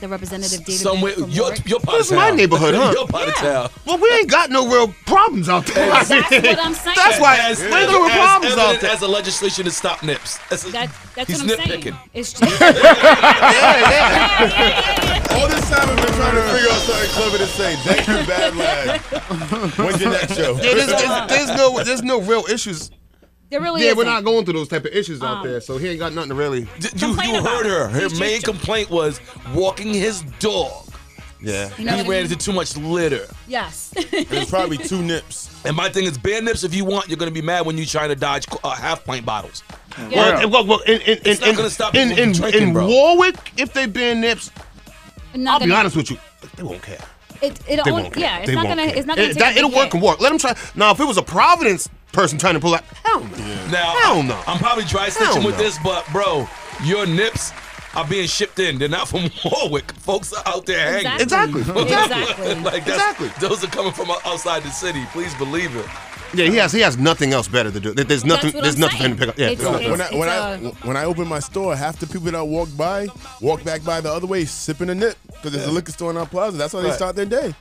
the representative David Somewhere, Banks from your, Warwick. your part This of is my town. neighborhood, huh? Your part Yeah. of town. Well, we ain't got no real problems out there. That's what I'm saying. That's why As- there's no real as problems evident out there. As a legislation to stop nips. That's, That, that's he's what I'm saying. nitpicking. It's just, All this time I've been trying to figure out something clever to say. Thank you, bad lad. When's your next show? Yeah, there's, there's- there's no there's no real issues. there really yeah, isn't. we're not going through those type of issues out Um, there, so he ain't got nothing to really. You, you heard her. Her He's main just- complaint was walking his dog. Yeah. You know what I he ran mean? into too much litter. Yes. There's probably two nips. And my thing is, bare nips if you want. You're gonna be mad when you're trying to dodge uh, half pint bottles. Yeah. Well, well, well, in, in, It's in- not gonna stop people in, from in, drinking, in bro. Warwick, if they ban nips, Not I'll be gonna- honest with you, they won't care. It, it They only- won't care. yeah, it's They not won't gonna. care. It's not gonna It- take that- a It'll hit. work and work. Let him try. Now, if it was a Providence person trying to pull out, hell no. Now, Hell no. I'm probably dry Hell snitching with no. this, but bro, your nips are being shipped in. They're not from Warwick. Folks are out there hanging. Exactly. Exactly. like that's, Exactly. Those are coming from outside the city. Please believe it. Yeah, he has he has nothing else better to do. There- There's That's nothing. what There's I'm nothing for him to saying. pick up. Yeah, It's- there's nothing. When I when I it's uh, when I open my store, half the people that walk by walk back by the other way sipping a nip because there's a liquor store in our plaza. That's how they Right. start their day.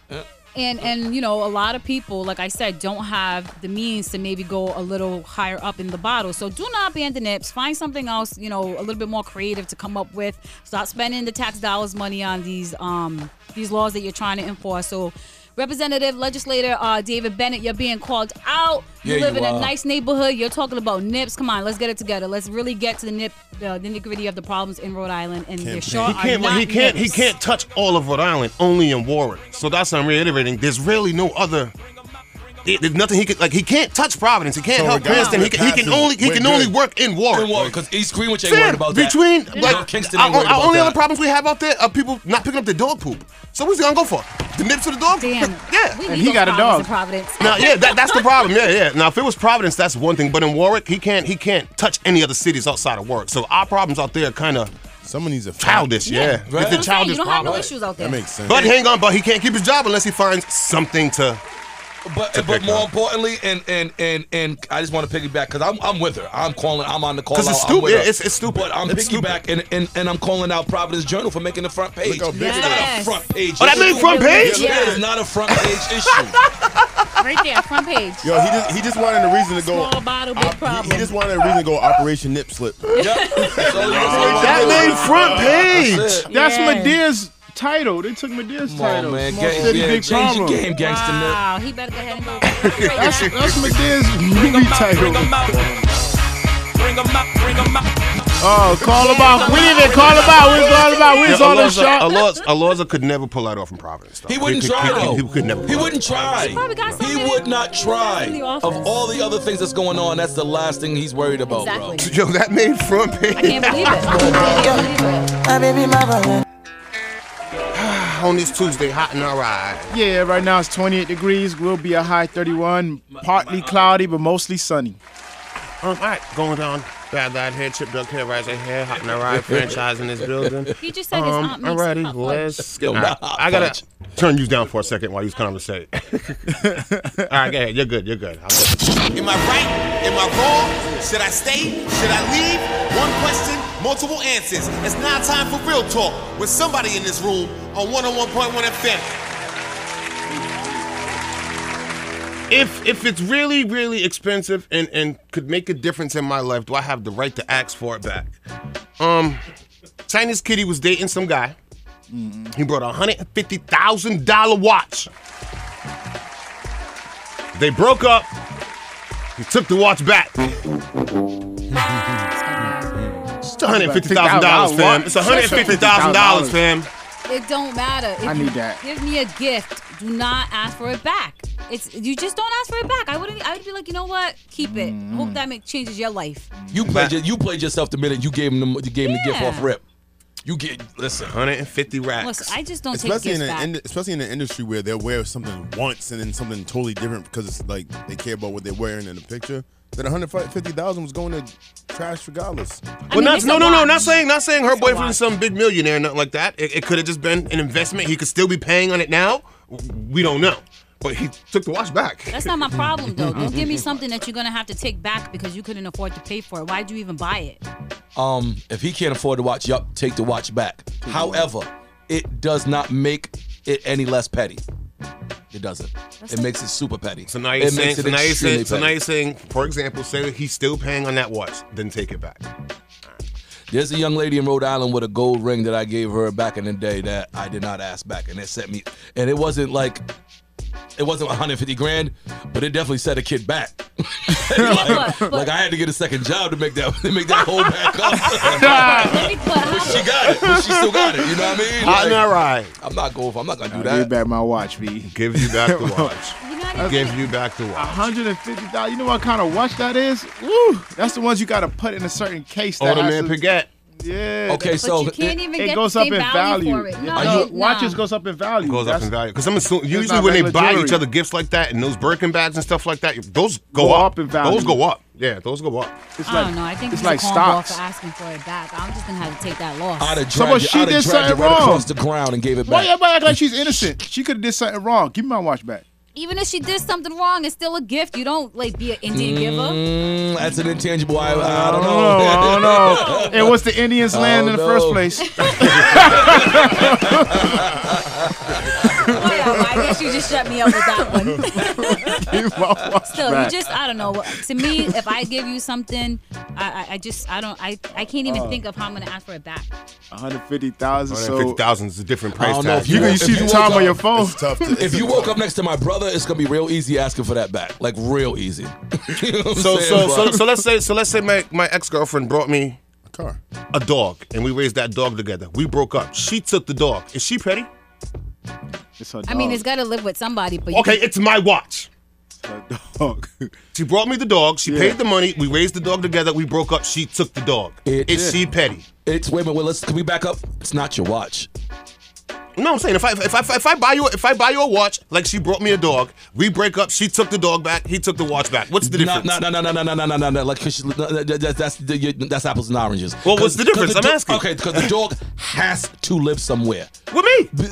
And and you know, a lot of people, like I said, don't have the means to maybe go a little higher up in the bottle. So do not ban the nips. Find something else, you know, a little bit more creative to come up with. Stop spending the tax dollars money on these um these laws that you're trying to enforce. So Representative Legislator uh, David Bennett, you're being called out. You Yeah, live you in a are. nice neighborhood. You're talking about nips. Come on, let's get it together. Let's really get to the nip, the nitty gritty of the problems in Rhode Island. And there sure he are can't. not He can't. He nips. can't touch all of Rhode Island. Only in Warwick. So that's what I'm reiterating. There's really no other. it- there's nothing he could like. He can't touch Providence. He can't So help we're Princeton. He good. can, he can We're only. He good. can only work in Warwick. In Warwick, because East Greenwich ain't Sam, worried about between that. like Kingston our, ain't worried our about only that. other problems we have out there are people not picking up their dog poop. So what's he gonna go for? The nips to the dog? Damn. yeah. We And need he those got a problems dog. in Providence. Now, yeah, that, that's the problem. Yeah, yeah. Now, if it was Providence, that's one thing. But in Warwick, he can't he can't touch any other cities outside of Warwick. So our problems out there are kind of someone needs a childish. Yeah, Yeah, that's what I'm saying. it's a childish You don't have no problem. issues out there. That makes sense. But hang on, but he can't keep his job unless he finds something to. But but more importantly, and and and and I just want to piggyback because I'm I'm with her. I'm calling. I'm on the call. 'Cause it's out, stupid. I'm with her. Yeah, it's- it's stupid. But I'm It's stupid. piggybacking and, and and I'm calling out Providence Journal for making the front page. how big it It's not a Yes. front page. Oh, that issue. mean front page? Yeah, it's not a front page issue. Right there, front page. Yo, he just he just wanted a reason to go. Small bottle, big He, problem. he just wanted a reason to go Operation Nip Slip. Uh, That name front That's page. it. That's Yeah. Medea's title. They took Medea's Come on, title. man. Small Gang, City yeah, Big change Problem. your game, gangster. Nip. Wow, he better go ahead and go. That's, that's Medea's movie title. Bring 'em out, bring 'em out. Oh, call about. We didn't even call about. Where's all about? Where's all the shot? Alonzo, Alonzo could never pull that off in Providence. Though. He wouldn't could- try he- though. He, could never. He pull it wouldn't try. probably got He something would not try. in the Of office. all the other things that's going on, that's the last thing he's worried about, bro. Exactly. off. Yo, that name front page. I can't believe it. I can't believe it. My baby, my brother. on this Tuesday, hot in our eyes. Yeah, right now it's 28 degrees. Will be a high 31. Partly cloudy, but mostly sunny. Um, all right, going down. Bad Bad Hair, Chip Duck Hair, Rise Your Hair, Hot in our Eye, franchise in this building. Um, He just said his aunt makes alrighty, hot let's Yo, All right, nah, I gotta fudge. turn you down for a second while you conversate. all right, go ahead. You're good. You're good. I'll go. Am I right? Am I wrong? Should I stay? Should I leave? One question, multiple answers. It's now time for real talk with somebody in this room on 101.1 FM. If if it's really really expensive and and could make a difference in my life, do I have the right to ask for it back? Um, Chinese kitty was dating some guy. He brought a hundred and fifty thousand dollar watch. They broke up. He took the watch back. It's one hundred fifty thousand dollars, fam. It's one hundred fifty thousand dollars, fam. It don't matter. If I need you that. Give me a gift. Do not ask for it back. It's you just don't ask for it back. I wouldn't. I would be like, you know what? Keep it. Hope that make changes your life. You played your, you played yourself the minute you gave him the, you gave him the gift Yeah. off rip. You get listen. Hundred and fifty racks. Listen, I just don't especially take in gifts back. an ind- especially in an industry where they're aware of something once and then something totally different because it's like they care about what they're wearing in the picture. That 150,000 was going to trash regardless. Well, mean, not, it's no, a no, no, watch. not saying, not saying her It's a boyfriend's watch. some big millionaire, nothing like that. It, it could have just been an investment. He could still be paying on it now. We don't know, but he took the watch back. That's not my problem though. Don't give me something that you're gonna have to take back because you couldn't afford to pay for it. Why'd you even buy it? Um, if he can't afford to watch, yup, take the watch back. However, it does not make it any less petty. It doesn't. it makes it super petty. So now you're it saying, makes it so now you're extremely saying, so now petty. you're saying, for example, say that he's still paying on that watch, then take it back. There's a young lady in Rhode Island with a gold ring that I gave her back in the day that I did not ask back, and it sent me. And it wasn't like, it wasn't 150 grand, but it definitely set a kid back. like, like I had to get a second job to make that to make that whole back Ah. up. but she got it. But she still got it. You know what I mean? Hot and all right. I'm not going for. I'm not gonna do Give me that. back my watch, B. Give you back the watch. even- Give you back the watch. hundred and fifty dollars. You know what kind of watch that is? Woo! That's the ones you got to put in a certain case. that has Ottoman to- Paget. Yeah. Okay, But so- you can't even it get goes the up in same value value. for it. No, It goes- nah. Watches goes up in value. Goes up That's- in value because I'm It's assuming usually not when they regular buy jewelry. each other gifts like that and those Birkin bags and stuff like that, those go, Go up. up in value. Those go up. Yeah, those go up. It's I don't know. I think it's it's like like stocks. stocks. for asking for it back. I'm just gonna have to take that loss. I'd have dragged, Someone it- she I'd have did dragged it something right wrong. across the ground and gave it Why back. everybody act like she's innocent? She could have did something wrong. Give me my watch back. Even if she did something wrong, it's still a gift. You don't like be an Indian giver. Mm, that's an intangible. I, I don't know. Oh, I don't know. It was the Indians' I land in the don't know. first place. Oh, I guess you just shut me up with that one. Still, back. you just I don't know. To me, if I give you something, I I, I just I don't I I can't even Uh. think of how I'm gonna ask for it back. One hundred fifty thousand. So 150,000 is a different I price don't know tag. if you, can if see the woke time on up- your phone. It's tough to- if you woke up next to my brother, it's gonna be real easy asking for that back, like real easy. You know what I'm So, saying? so, so, But- so let's say, so let's say my, my ex girlfriend brought me a car, a dog, and we raised that dog together. We broke up. She took the dog. Is she petty? It's her I mean, it's gotta live with somebody, but you okay, it's my watch. dog. she brought me the dog. She Yeah. paid the money. We raised the dog together. We broke up. She took the dog. Is she petty? It's wait a minute. Wait, let's can we back up? It's not your watch. No, I'm saying if I if I if I buy you if I buy you a watch like she brought me a dog, we break up. She took the dog back. He took the watch back. What's the difference? No, no, no, no, no, no, no, no, no, no. Like, 'cause she- no, that- that- that's the- you- that's apples and oranges. Well, what's the 'Cause- 'cause difference? I'm do- asking. Okay, because the dog has to live somewhere. With me,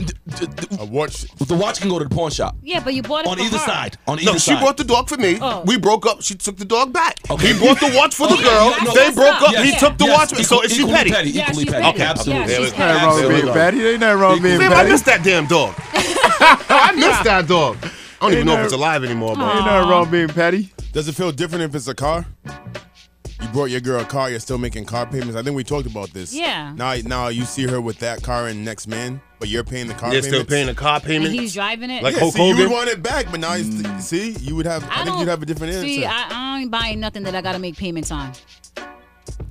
a watch. The watch can go to the pawn shop. yeah, but you bought it On for either her. side. On no, either she side. brought the dog for me. Oh. We broke up. She took the dog back. Okay. He brought the watch for the Okay, girl. yeah, no, they that's broke not- up. he yes, took the yes, watch. so is she equally petty? petty, Yeah, equally she's petty. petty. Okay, absolutely. Yeah, she's There we petty. Nothing wrong with being go. There we go. petty. Ain't nothing wrong with being Man, I petty. missed that damn dog. I missed that dog. I don't even know if it's alive anymore. But Ain't nothing wrong being petty. Does it feel different if it's a car? You brought your girl a car. You're still making car payments. I think we talked about this. Yeah. Now, now you see her with that car and next man, but you're paying the car. You're payments. still paying the car payment? And he's driving it? Like Like yeah, Hulk see, you would Hogan? want it back, but now you st- see you would have. I, think you'd have a different answer. See, I, I ain't buying nothing that I gotta make payments on.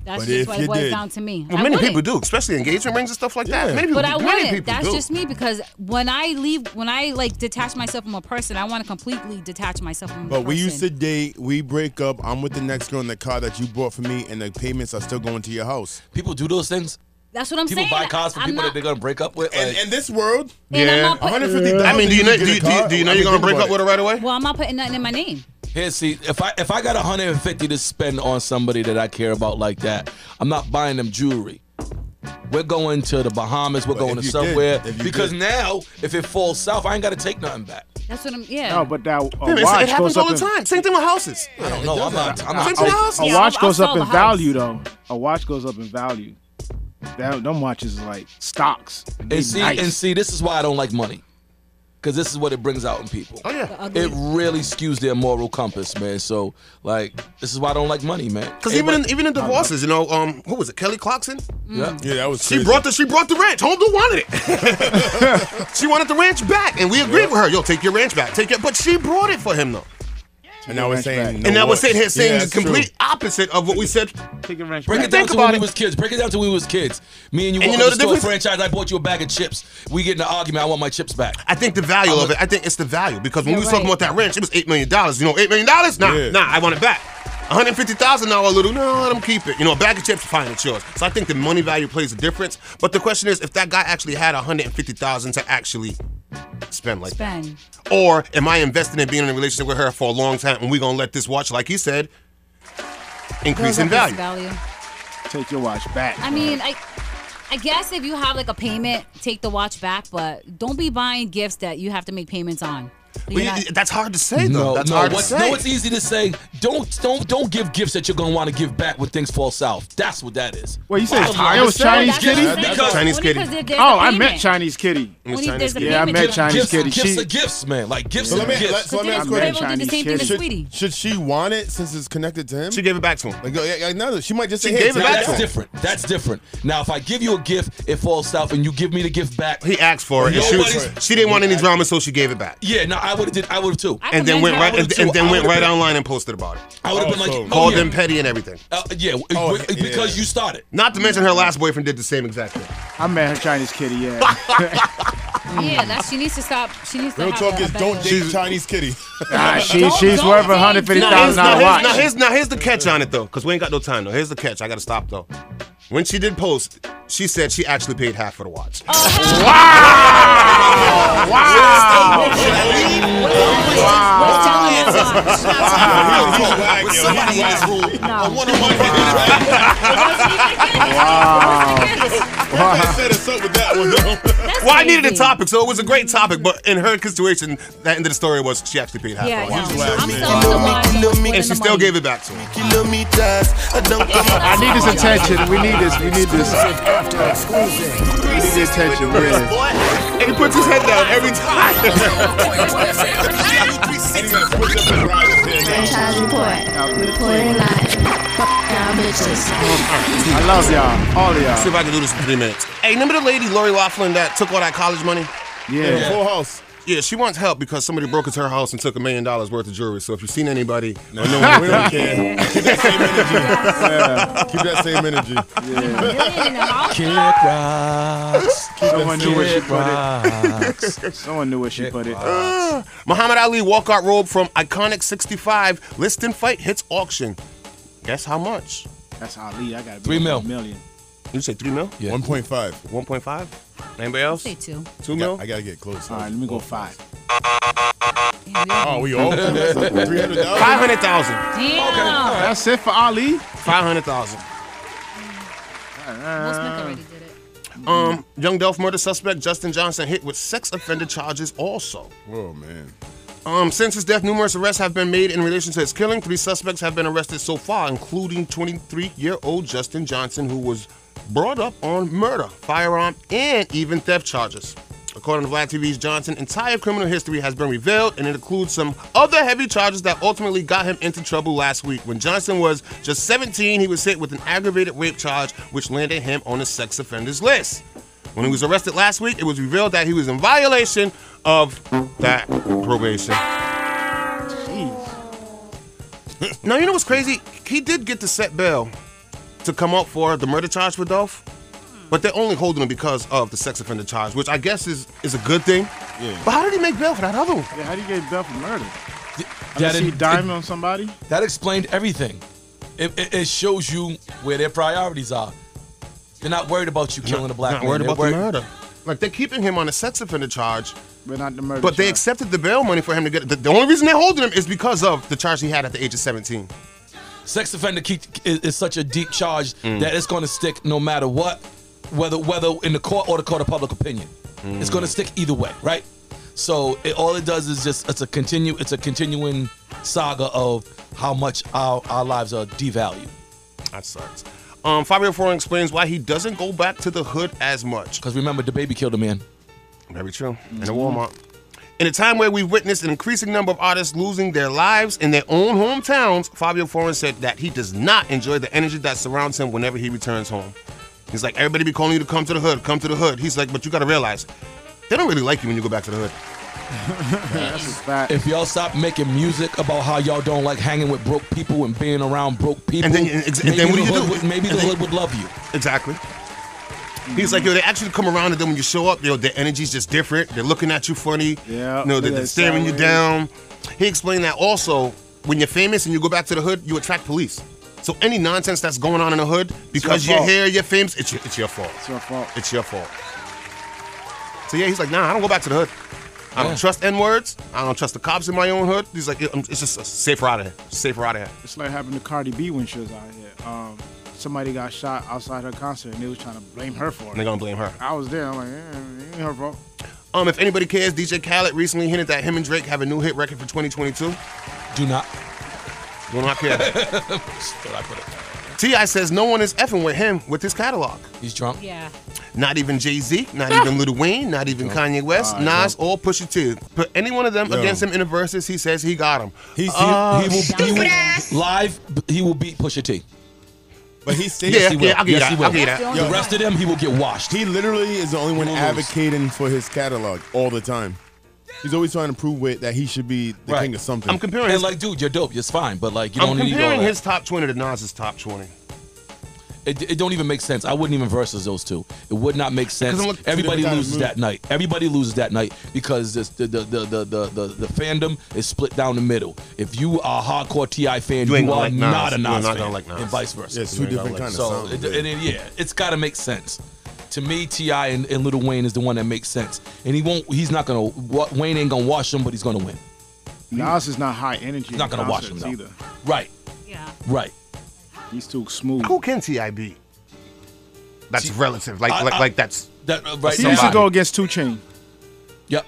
That's But just if what you it boils did- down to me. Well, I many wouldn't. people do, especially engagement rings and stuff like that. Many people, but I many wouldn't. people That's do. just me because when I leave, when I like detach myself from a person, I want to completely detach myself from. the But we person. used to date. We break up. I'm with the next girl in the car that you bought for me, and the payments are still going to your house. People do those things. That's what I'm people saying. buy cars for I'm people not- that they're gonna break up with. And- like- and this world, And I'm not putting- I mean, do you know? Do you, do you, do you know you're gonna break up with her right away? Well, I'm not putting nothing in my name. Here, see, if I if I got 150 to spend on somebody that I care about like that, I'm not buying them jewelry. We're going to the Bahamas. We're But going if to you somewhere did, if you because did. now, if it falls south, I ain't got to take nothing back. That's what I'm. Yeah. No, but that a Damn, it's- watch it happens goes up all the in- time. Same thing with houses. I don't know. I'm not. I'm A- not. a- a, Yeah, watch I'll- goes I'll up sell in the house. value though. A watch goes up in value. That them watches is like stocks. They And see, nice. and see, this is why I don't like money, because this is what it brings out in people. Oh yeah, it really skews their moral compass, man. So like, this is why I don't like money, man. Because even in, even in divorces, you know, um, who was it? Kelly Clarkson. Yeah. yeah, that was. She brought the she brought the ranch. Home wanted it. she wanted the ranch back, and we agreed with her. Yo, take your ranch back. Take it. But she brought it for him though. And I was saying, and that was what? saying here saying Yeah, the that's true. complete opposite of what we said. Take a ranch Break it down to when we was kids. Break it down to when we was kids. Me and you And walk you know in the the store difference? franchise. I bought you a bag of chips. We get in an argument. I want my chips back. I think the value of it. I think it's the value because when You're we was talking right. about that ranch, it was eight million dollars. You know, eight million dollars? Nah, Yeah. nah. I want it back. One hundred fifty thousand now a little. No, let them keep it. You know, a bag of chips, fine, it's yours. So I think the money value plays a difference. But the question is, if that guy actually had one hundred fifty thousand to actually spend like that. Ben. Or am I investing in being in a relationship with her for a long time and we're gonna let this watch, like he said, increase Goes in up value? his Take your watch back. I mean, I. I guess if you have like a payment, take the watch back, but don't be buying gifts that you have to make payments on. But you're not- that's hard to say No, though. that's no, hard to what's- say. no, it's easy to say. Don't don't don't give gifts that you're gonna want to give back when things fall south. That's what that is. Well, you said Bottom it's- line it was is that- Chinese kitty? Because- because- Chinese kitty. because there- there's Oh, a I payment. met Chinese kitty. Only Chinese there's a kitty. Yeah, I payment. met Gifts- Chinese gifts, kitty. gifts she, are gifts, man. Like gifts So are let me, gifts. let, so let me ask a Ray question. will do the same thing to should, Sweetie. should she want it since it's connected to him? She gave it back to him. Like, yeah, yeah, no, she might just She say, hey, gave it it's back. not That's mine. different. That's different. Now, if I give you a gift, it falls south, and you give me the gift back. He asked for it. And she, was- she didn't want any drama, so she gave it back. Yeah, no, I would have did. I would have too. And then went right and, and then went right online and posted about it. I would've been like, oh, called yeah. them petty and everything. Uh, yeah, Oh, w- because you started. Not to mention her last boyfriend did the same exact thing. I met her Chinese kitty. Yeah. Yeah, that's she needs to stop. She needs to Real have talk a, is a don't better- date Chinese kitty. Nah, she- Don't- she's don't worth a date $150,000 Chinese Now, watch. here's- now, here's, now here's the catch on it though, because we ain't got no time though. Here's the catch. I gotta stop though. When she did post, she said she actually paid half for the watch. Oh, Ah, Wow. Should I leave? Wow. It's not time for a real talk with somebody in this room. A one-on-one I said it's up with that one though. Well, I needed a topic, so it was a great topic. But in her situation, that end of the story was she actually paid half. Yeah, I for know. it. I'm so surprised. and she still gave it back to him. I need this attention. We need this. We need this. After exclusive. We need the attention. Really. And he puts his head down every time. Franchise report. Reporting live. Y'all bitches. I love y'all. All of y'all. See if I can do this in three minutes. Hey, remember the lady Lori Laughlin that took all that college money? Yeah. Yeah, full house. Yeah, she wants help because somebody broke into her house and took a million dollars worth of jewelry. So if you've seen anybody, or no one, we don't care. Keep that same energy. Kick rocks. Someone knew where she Kick put rocks. it. Someone knew where she put it. Uh, Muhammad Ali walkout robe from Iconic 65. List and fight hits auction. Guess how much? That's Ali. I got to Three mil. Million. You say three mil? Yeah. 1.5. 1.5? Anybody else? Say two. Two mil? I gotta get close. All right, let me go five. Oh, we all three hundred dollars. 500,000. Damn. That's it for Ali. 500,000. Will Smith already did it. Um, young Delph murder suspect Justin Johnson hit with sex offender charges also. Oh man. Um, since his death, numerous arrests have been made in relation to his killing. Three suspects have been arrested so far, including 23-year-old Justin Johnson, who was brought up on murder, firearm, and even theft charges. According to Vlad TV's Johnson, entire criminal history has been revealed, and it includes some other heavy charges that ultimately got him into trouble last week. When Johnson was just 17, he was hit with an aggravated rape charge, which landed him on the sex offenders list. When he was arrested last week, it was revealed that he was in violation of that probation. now you know what's crazy? He did get to set bail to come up for the murder charge with Dolph, but they're only holding him because of the sex offender charge, which I guess is is a good thing. Yeah. But how did he make bail for that other one? Yeah, how do you get bail for murder? That Unless he it- diamond on somebody? That explained everything. It, it, it shows you where their priorities are. They're not worried about you killing a black Not man. worried They're about the murder. Like they're keeping him on a sex offender charge, But not the murder. but they charge. accepted the bail money for him to get. The, the only reason they're holding him is because of the charge he had at the age of 17. Sex offender keep, is, is such a deep charge Mm. that it's going to stick no matter what, whether whether in the court or the court of public opinion. It's going to Mm. stick either way, right? So it, all it does is just it's a continue it's a continuing saga of how much our, our lives are devalued. That sucks. Um, Fabio Foreign explains why he doesn't go back to the hood as much. Because remember, the baby killed a man. Very true. In a Walmart. In a time where we've witnessed an increasing number of artists losing their lives in their own hometowns, Fabio Foreign said that he does not enjoy the energy that surrounds him whenever he returns home. He's like, everybody be calling you to come to the hood, come to the hood. He's like, but you gotta realize, they don't really like you when you go back to the hood. If y'all stop making music about how y'all don't like hanging with broke people and being around broke people, And then- and ex- and maybe then what the do you hood do? Would, maybe the And then- hood would love you. Exactly. He's like, yo, they actually come around and then when you show up, yo, their energy's just different. They're looking at you funny. Yeah, look You know, they're, at they're that staring you sideways. down. He explained that also, when you're famous and you go back to the hood, you attract police. So any nonsense that's going on in the hood, because your you're fault. here, you're famous, it's your, it's your fault. It's your fault. It's your fault. So yeah, he's like, nah, I don't go back to the hood. I don't trust N words. I don't trust the cops in my own hood. He's like, "I'm- it's just safer out of here. Safer out of here. It's like happened to Cardi B when she was out here. Um, somebody got shot outside her concert and they was trying to blame her for And they're it. gonna blame her. I was there. I'm like, eh, it ain't her fault. Um, if anybody cares, DJ Khaled recently hinted that him and Drake have a new hit record for 2022. Do not. Do not care. Ti says no one is effing with him with his catalog. He's drunk. Yeah. Not even Jay Z, not even Lil Wayne, not even Oh. Kanye West, Ah, Nas, or Pusha T. Put any one of them Yo. against him in the verses, he says he got him. Uh, He's, he, Oh, he will, he will- live. He will beat Pusha T. But he stated, yes, he will. yes, He will. Yo, The rest of them, he will get washed. He literally is the only one He will lose. advocating for his catalog all the time. He's always trying to prove with that he should be the king of something. And like, dude, you're dope. You're fine, but like, you I'm don't need all comparing that. his top 20 to Nas's top 20. It, it don't even make sense. I wouldn't even versus those two. It would not make sense. I'm looking- Everybody two different loses kinds of that night. Everybody loses that night because this, the, the, the, the, the, the, the fandom is split down the middle. If you are a hardcore Ti fan, You you, ain't are gonna like Nas. not a You are Nas not fan, gonna like Nas. and vice versa. Yeah, it's You two ain't gonna different like- kinda So sounds, it, yeah. it- it- yeah, it's got to make sense. To me, Ti and, and Little Wayne is the one that makes sense, and he won't. He's not gonna. Wa- Wayne ain't gonna wash him, but he's gonna win. Nas is not high energy. in Not gonna wash him concerts though. either. Right. Yeah. Right. He's too smooth. Who can Ti beat? That's relative. Like, I- like, I- like that's that uh, he used to go against Two Chain. Yep.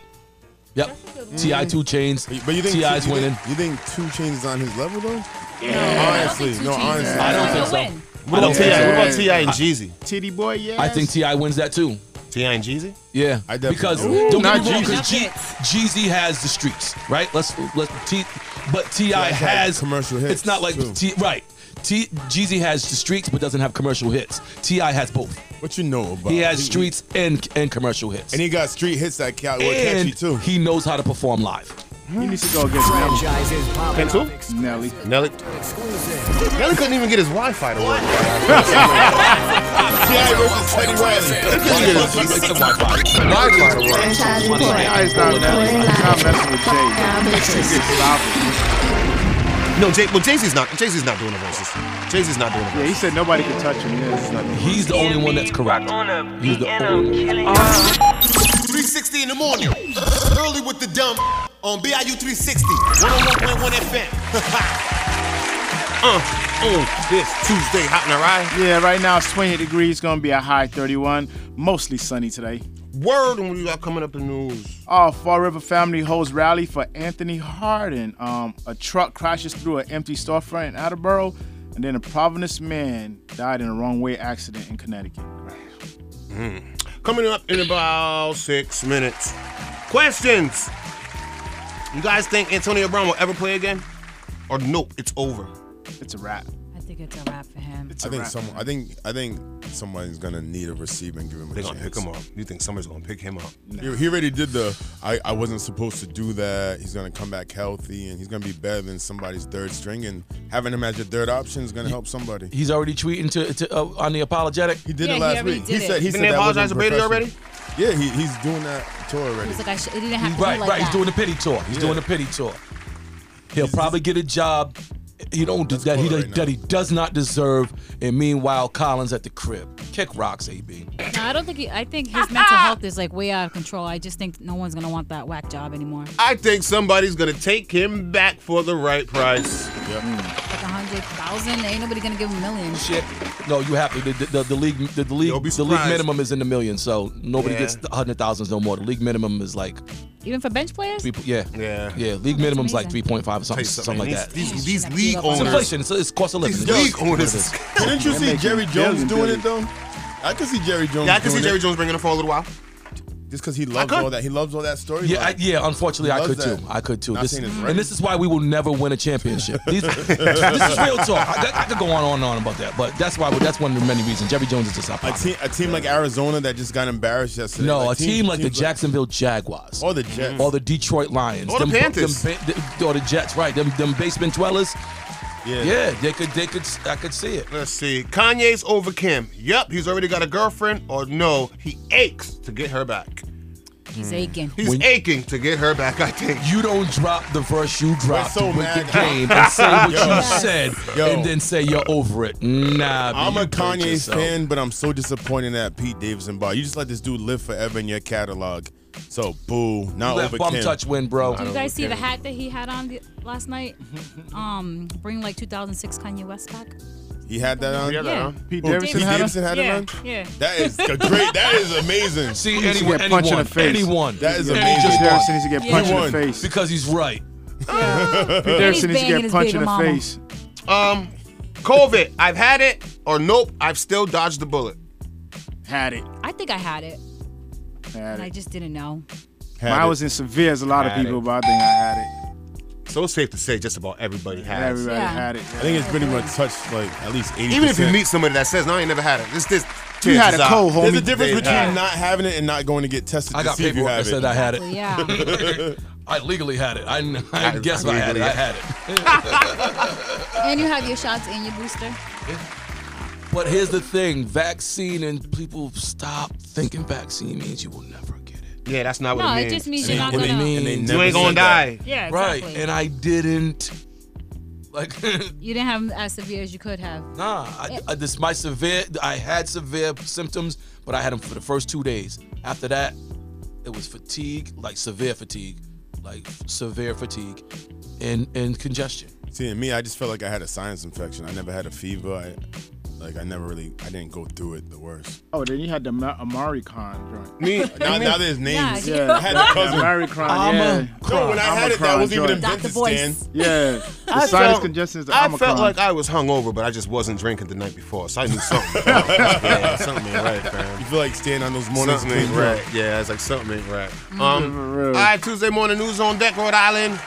Yep. Ti two chains. But you think Ti's you winning. Think, you think two chains is on his level though? honestly, think Two no, Chainz is honestly, on I don't his think so. level. What about T.I.? What about T.I. and Jeezy? Titty boy, yeah. I think Ti wins that too. Ti and Jeezy. Yeah, I definitely because do. Ooh, don't get not me wrong, Jeezy. 'cause G- Jeezy has the streets, right? Let's let's T, but Ti Yeah, it's like has commercial hits, It's not like too. T right. T, Jeezy has the streets, but doesn't have commercial hits. Ti has both. What you know about? He has He- streets and and commercial hits, And he got street hits that ca- were catchy and too. he knows how to perform live. He needs to go against Franchises popping Pencil? up Nelly. Nelly. Nelly couldn't even get his Wi-Fi to work. T.I. versus Teddy Riley. Wi-Fi to work. Franchise report. It's not Nelly. It's not messing with Jay. No, Jay. Well, Jay Z's not. Jay Z's not doing the verses. Jay Z's not doing the verses. Yeah, he said nobody could touch him. Yeah, it's not He's the only one that's correct. He's the only. 360 in the morning. Early with the dumb on BIU 360. 101.1 FM. Uh, on this Tuesday, hot in the ride. Yeah, right now it's 20 degrees, gonna be a high 31. Mostly sunny today. Word, and what do you got coming up in news? Oh, Fall River family holds rally for Anthony Harden. Um, a truck crashes through an empty storefront in Attleboro, and then a Providence man died in a wrong way accident in Connecticut. Coming up in about six minutes. Questions. You guys think Antonio Brown will ever play again? Or nope, it's over. It's a wrap. I think it's a wrap for him. I think some. I think. I think somebody's gonna need a receiver and give him a They're chance. gonna pick him up. You think somebody's gonna pick him up? He, he already did the. I, I wasn't supposed to do that. He's gonna come back healthy and he's gonna be better than somebody's third string. And having him as your third option is gonna help somebody. He's already tweeting to, to uh, on the apologetic. He did it last week. He said he Didn't said they that apologize wasn't to Brady already? professional. Yeah, he, he's doing that tour already. He's like, I sh- it didn't have He's to right, be like right. that. He's doing the pity tour. He's doing the pity tour. He'll probably get a job. You know that he that he does not deserve. And meanwhile, Collins at the crib. Kick rocks, AB. No, I don't think. He, I think his mental health is like way out of control. I just think no one's gonna want that whack job anymore. I think somebody's gonna take him back for the right price. Like a hundred thousand, ain't nobody gonna give him millions. Shit. No, you happy? The, the, the, the league the, the league the league surprised. minimum is in the million, so nobody Yeah. gets the hundred thousands no more. The league minimum is like Even for bench players. three. po- Yeah, yeah, yeah. League minimum's like three point five or something, something like that. These, these league It's owners. inflation. It's, it's cost of living. These It's- league owners. is- Didn't you see Jerry Jones doing it though? I could see Jerry Jones. Yeah, I can see doing Jerry it. Jones bringing it for a little while. Just because he loves could. all that. He loves all that story. Yeah, I, yeah. Unfortunately, I Loves could that. too. I could too. Not This, saying it's right. and this is why we will never win a championship. These, this is real talk. I, I could go on and on about that, but that's why that's one of the many reasons. Jerry Jones is just our A problem. team, a team like Arizona that just got embarrassed yesterday. No, Like, a team like the teams Jacksonville Jaguars, or the Jets, or the Detroit Lions, Or the them bu- Panthers. them ba- the- or the Jets, right? Them, them basement dwellers. Yeah, yeah. They could, they could, I could see it. Let's see. Kanye's over Kim. Yep, he's already got a girlfriend, or no, he aches to get her back. He's aching. He's aching to get her back, I think. You don't drop the verse you dropped so with mad. the game and say what Yo. you said, Yo. and then say you're over it. Nah, B, I'm a you uh, burnt Kanye yourself. fan, but I'm so disappointed that Pete Davidson bar. You just let this dude live forever in your catalog. So boo, not You let over bum Kim. touch win, bro. Not Do you over guys see Kim. the hat that he had on the, last night? Um, bring like 2006 Kanye West back. He He had that on. He had that Yeah. on? Pete Pete Davidson, Davidson had, had it it? on. Yeah, yeah. That is a great. That is amazing. See, He needs to anyone- get punched in anyone, the face. anyone. That is Any amazing. just Pete Davidson needs to get punched in the Anyone. face. Because he's right. Pete Davidson needs to get punched in the face. Um, COVID, I've had it, or nope, I've still dodged the bullet. Had it. I think I had it, Had and I it. just didn't know. Had Mine it. was in severe as a lot Had of people, but I think I had it. So it's safe to say just about everybody has. Everybody Yeah. had it, I think it's pretty much touched like at least eighty. Even if you meet somebody that says, "No, I ain't never had it," this this You had chances a are- cold, homie. There's a difference between not having it and not going to get tested I to got see if you paperwork have that it. said I had it. Yeah. I legally had it. I, I, I guess I had it. legally- I had it. And you have your shots and your booster. But here's the thing: vaccine and people stop thinking vaccine means you will never get it. Yeah, that's not what it No, it means. just means you're not what it gonna- means. And they never You ain't gonna said that. die. Yeah, right. exactly. And I didn't. Like, You didn't have 'em as severe as you could have. nah. I, I, this my severe. I had severe symptoms, but I had them for the first two days. After that, it was fatigue, like severe fatigue, like severe fatigue, and and congestion. See, in me, I just felt like I had a sinus infection. I never had a fever. I like I never really. I didn't go through it. The worst. Oh, then you had the Ma- Amari Khan joint. Me- now- now there's names. Yeah, Yeah, you- I had a cousin. Amari Khan. Ama- yeah. No, when I had it, that Khan wasn't even joint. invented, Dr. Boyce. Stan. Yeah, the I sinus felt- congestion is the I Omicron. felt like I was hungover, but I just wasn't drinking the night before, so I knew something. yeah, something ain't right, fam. You feel like staying on those mornings. Something ain't too, bro. right. Yeah, it's like something ain't right. Mm, Um, for all real. right, Tuesday morning news on deck, Rhode Island.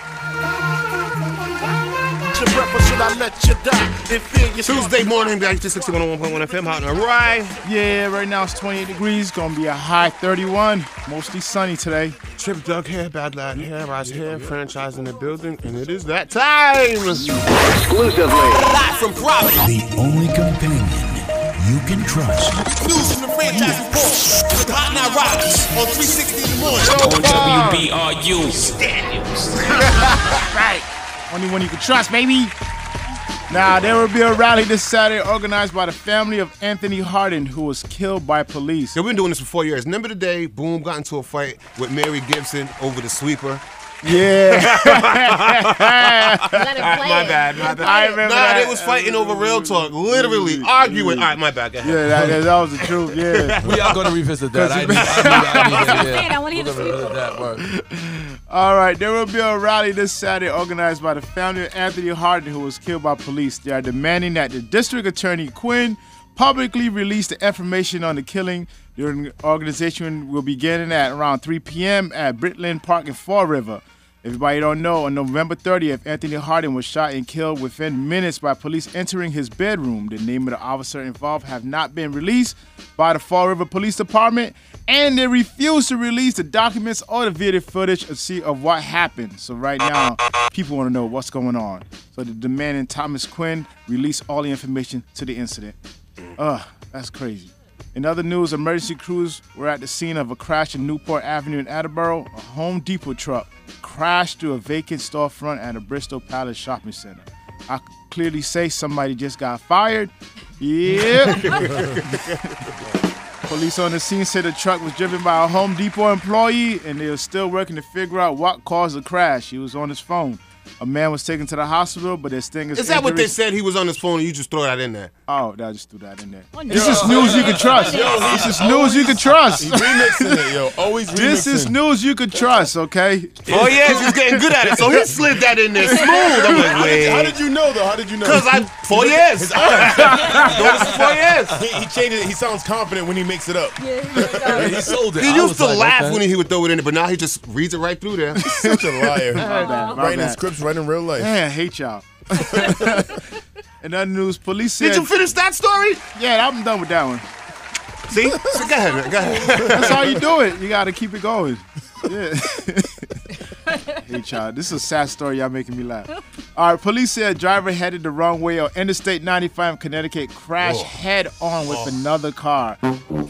Tuesday morning, back to 6101.1 FM, hot and right. Yeah, right now it's 28 degrees. Gonna be a high 31. Mostly sunny today. Trip Duck hair, bad lad hair, rise hair, franchise in the building, and it is that time. Live from Providence. The only companion you can trust. News from the franchise report with Hot Now Rockets on 360 in the On morning. WBRU. right. Only one you can trust, baby. Now, there will be a rally this Saturday organized by the family of Anthony Hardin, who was killed by police. They've been doing this for four years. Remember the day Boom got into a fight with Mary Gibson over the sweeper? Yeah. Alright, Ah, my bad, my bad. I remember Nah, that. they was fighting over real talk, literally Mm, arguing. All right, my bad. Go ahead. Yeah, that, that, that was the truth, yeah. We are gonna revisit that. I, need- I, need- I, need- yeah. We're gonna revisit that word. All right, there will be a rally this Saturday organized by the family of Anthony Hardin, who was killed by police. They are demanding that the district attorney Quinn publicly release the information on the killing. The organization will begin at around 3 p.m. at Britland Park in Fall River. Everybody don't know, on November 30th, Anthony Hardin was shot and killed within minutes by police entering his bedroom. The name of the officer involved have not been released by the Fall River Police Department, and they refuse to release the documents or the video footage of, see, of what happened. So right now, people want to know what's going on. So they're demanding Thomas Quinn release all the information to the incident. Ugh, that's crazy. In other news, emergency crews were at the scene of a crash in Newport Avenue in Attleboro. A Home Depot truck crashed through a vacant storefront at a Bristol Palace shopping center. I could clearly say somebody just got fired. Yep. Police on the scene said the truck was driven by a Home Depot employee and they are still working to figure out what caused the crash. He was on his phone. A man was taken to the hospital, but his thing Is that what they said? He was on his phone, and you just throw that in there. Oh, I just threw that in there. Oh, One This day. is news you can trust. Yo, This is news you can trust. He remixing it, yo. Always This is remixing. news you can trust, okay? Oh yeah, he's getting good at it. So he slid that in there smooth. I'm like, How did, wait. you- how did you know though? How did you know? 'Cause I- four years. His eyes. Doing this for four years. He, he changes. it. He sounds confident when he makes it up. Yeah, he sold it. He I used was to like, laugh okay. when he would throw it in, but now he just reads it right through there. Such a liar. My bad, my Writing bad. scripts right in real life. Man, I hate y'all. In other news, police said. Did you finish that story? Yeah, I'm done with that one. See? So go ahead, man. Go ahead. That's how you do it. You got to keep it going. Yeah. hey, child, this is a sad story. Y'all making me laugh. All right, police said driver headed the wrong way on Interstate 95 in Connecticut, crashed head on with another car,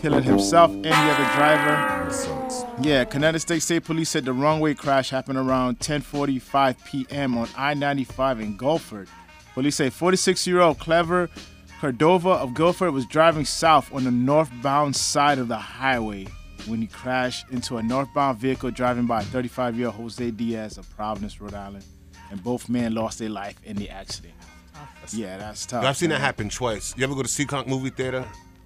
killing himself and the other driver. Yeah, Connecticut State State Police said the wrong way crash happened around 10:45 p.m. on I-95 in Gulford. Police say 46-year-old Clever Cordova of Guilford was driving south on the northbound side of the highway when he crashed into a northbound vehicle driven by 35-year-old Jose Diaz of Providence, Rhode Island, and both men lost their life in the accident. Yeah, that's tough. I've seen that man. happen twice. You ever go to Seekonk movie theater?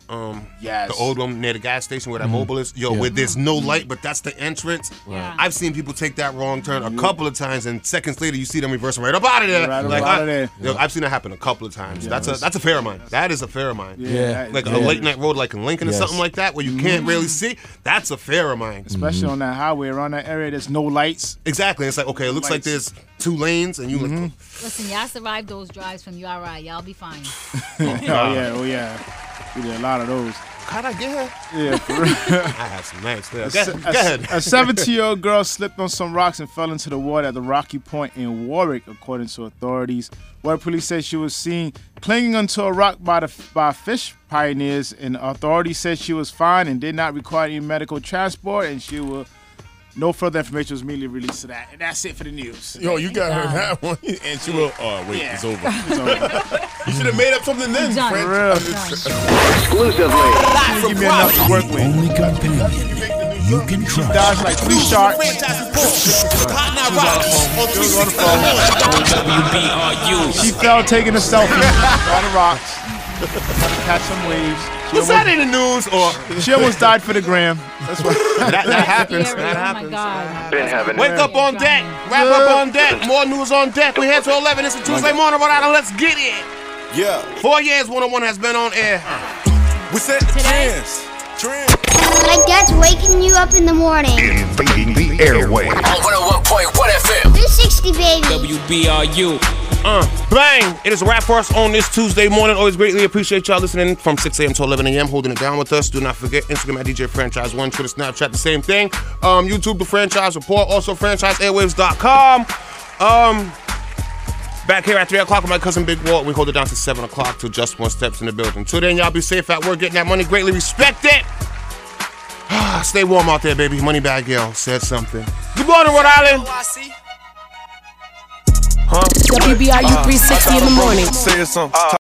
Um, Yes. Mm-hmm. The old one near the gas station where that Mhm. mobile is. Yo, Yeah. where there's no light, but that's the entrance. I've seen people take that wrong turn a couple of times, and seconds later you see them reversing right up out of there. Mm-hmm. Right up I, outta there. Yo, I've seen that happen a couple of times. Yeah. That's a that's a fair of mine. That is a fair of mine. Yeah, Yeah. that is Like a dangerous. late night road, like in Lincoln Yes. Mm-hmm. or something like that, where you can't really see. That's a fair of mine. Especially on that highway around that area, there's no lights. Exactly. It's like okay, it looks like there's two lanes, and you Mm-hmm. like. Listen, y'all survived those drives from URI. Y'all be fine. oh yeah, oh yeah. We did a lot of those. How'd I get here? Yeah, for real. I have some nights there. A Go, se- go ahead. A 17 year old girl slipped on some rocks and fell into the water at the Rocky Point in Warwick, according to authorities. Where police said she was seen clinging onto a rock by the by fish pioneers, and authorities said she was fine and did not require any medical transport, and she will. No further information was immediately released to that, and that's it for the news. Yo, you got her that one, and she will. Oh wait, Yeah. it's over. you should have made up something then, Done. friend. Real. Exclusively. Give me enough to work with. Only companion you can trust. Dodge like three sharks. WBRU. She fell taking a selfie on the rocks. Catch some waves. She Was that in the news or? She almost died for the gram. That's what that, that happens. oh That happens. Oh Wake up on deck. Wrap up on deck. More news on deck. We're here till 11. It's a Tuesday morning. Rhode Island. Let's get it. Yeah. Four years, 101 has been on air. We set the trends. Trends. Like that's waking you up in the morning. Invading the airway. FM. 360 baby. WBRU. Uh, bang! It is a wrap for us on this Tuesday morning. Always greatly appreciate y'all listening from 6 a.m. to 11 a.m. Holding it down with us. Do not forget Instagram at DJ Franchise One, Twitter, Snapchat, the same thing. Um, YouTube, the Franchise Report. Also, franchiseairwaves.com. Um, back here at 3 o'clock with my cousin Big Walt. We hold it down to 7 o'clock till just one steps in the building. Till then, y'all be safe out work, getting that money. Greatly respect it. Stay warm out there, baby. Moneybag Yo said something. Good morning, Rhode Island. Huh? WBIU 360 in the morning. Say something.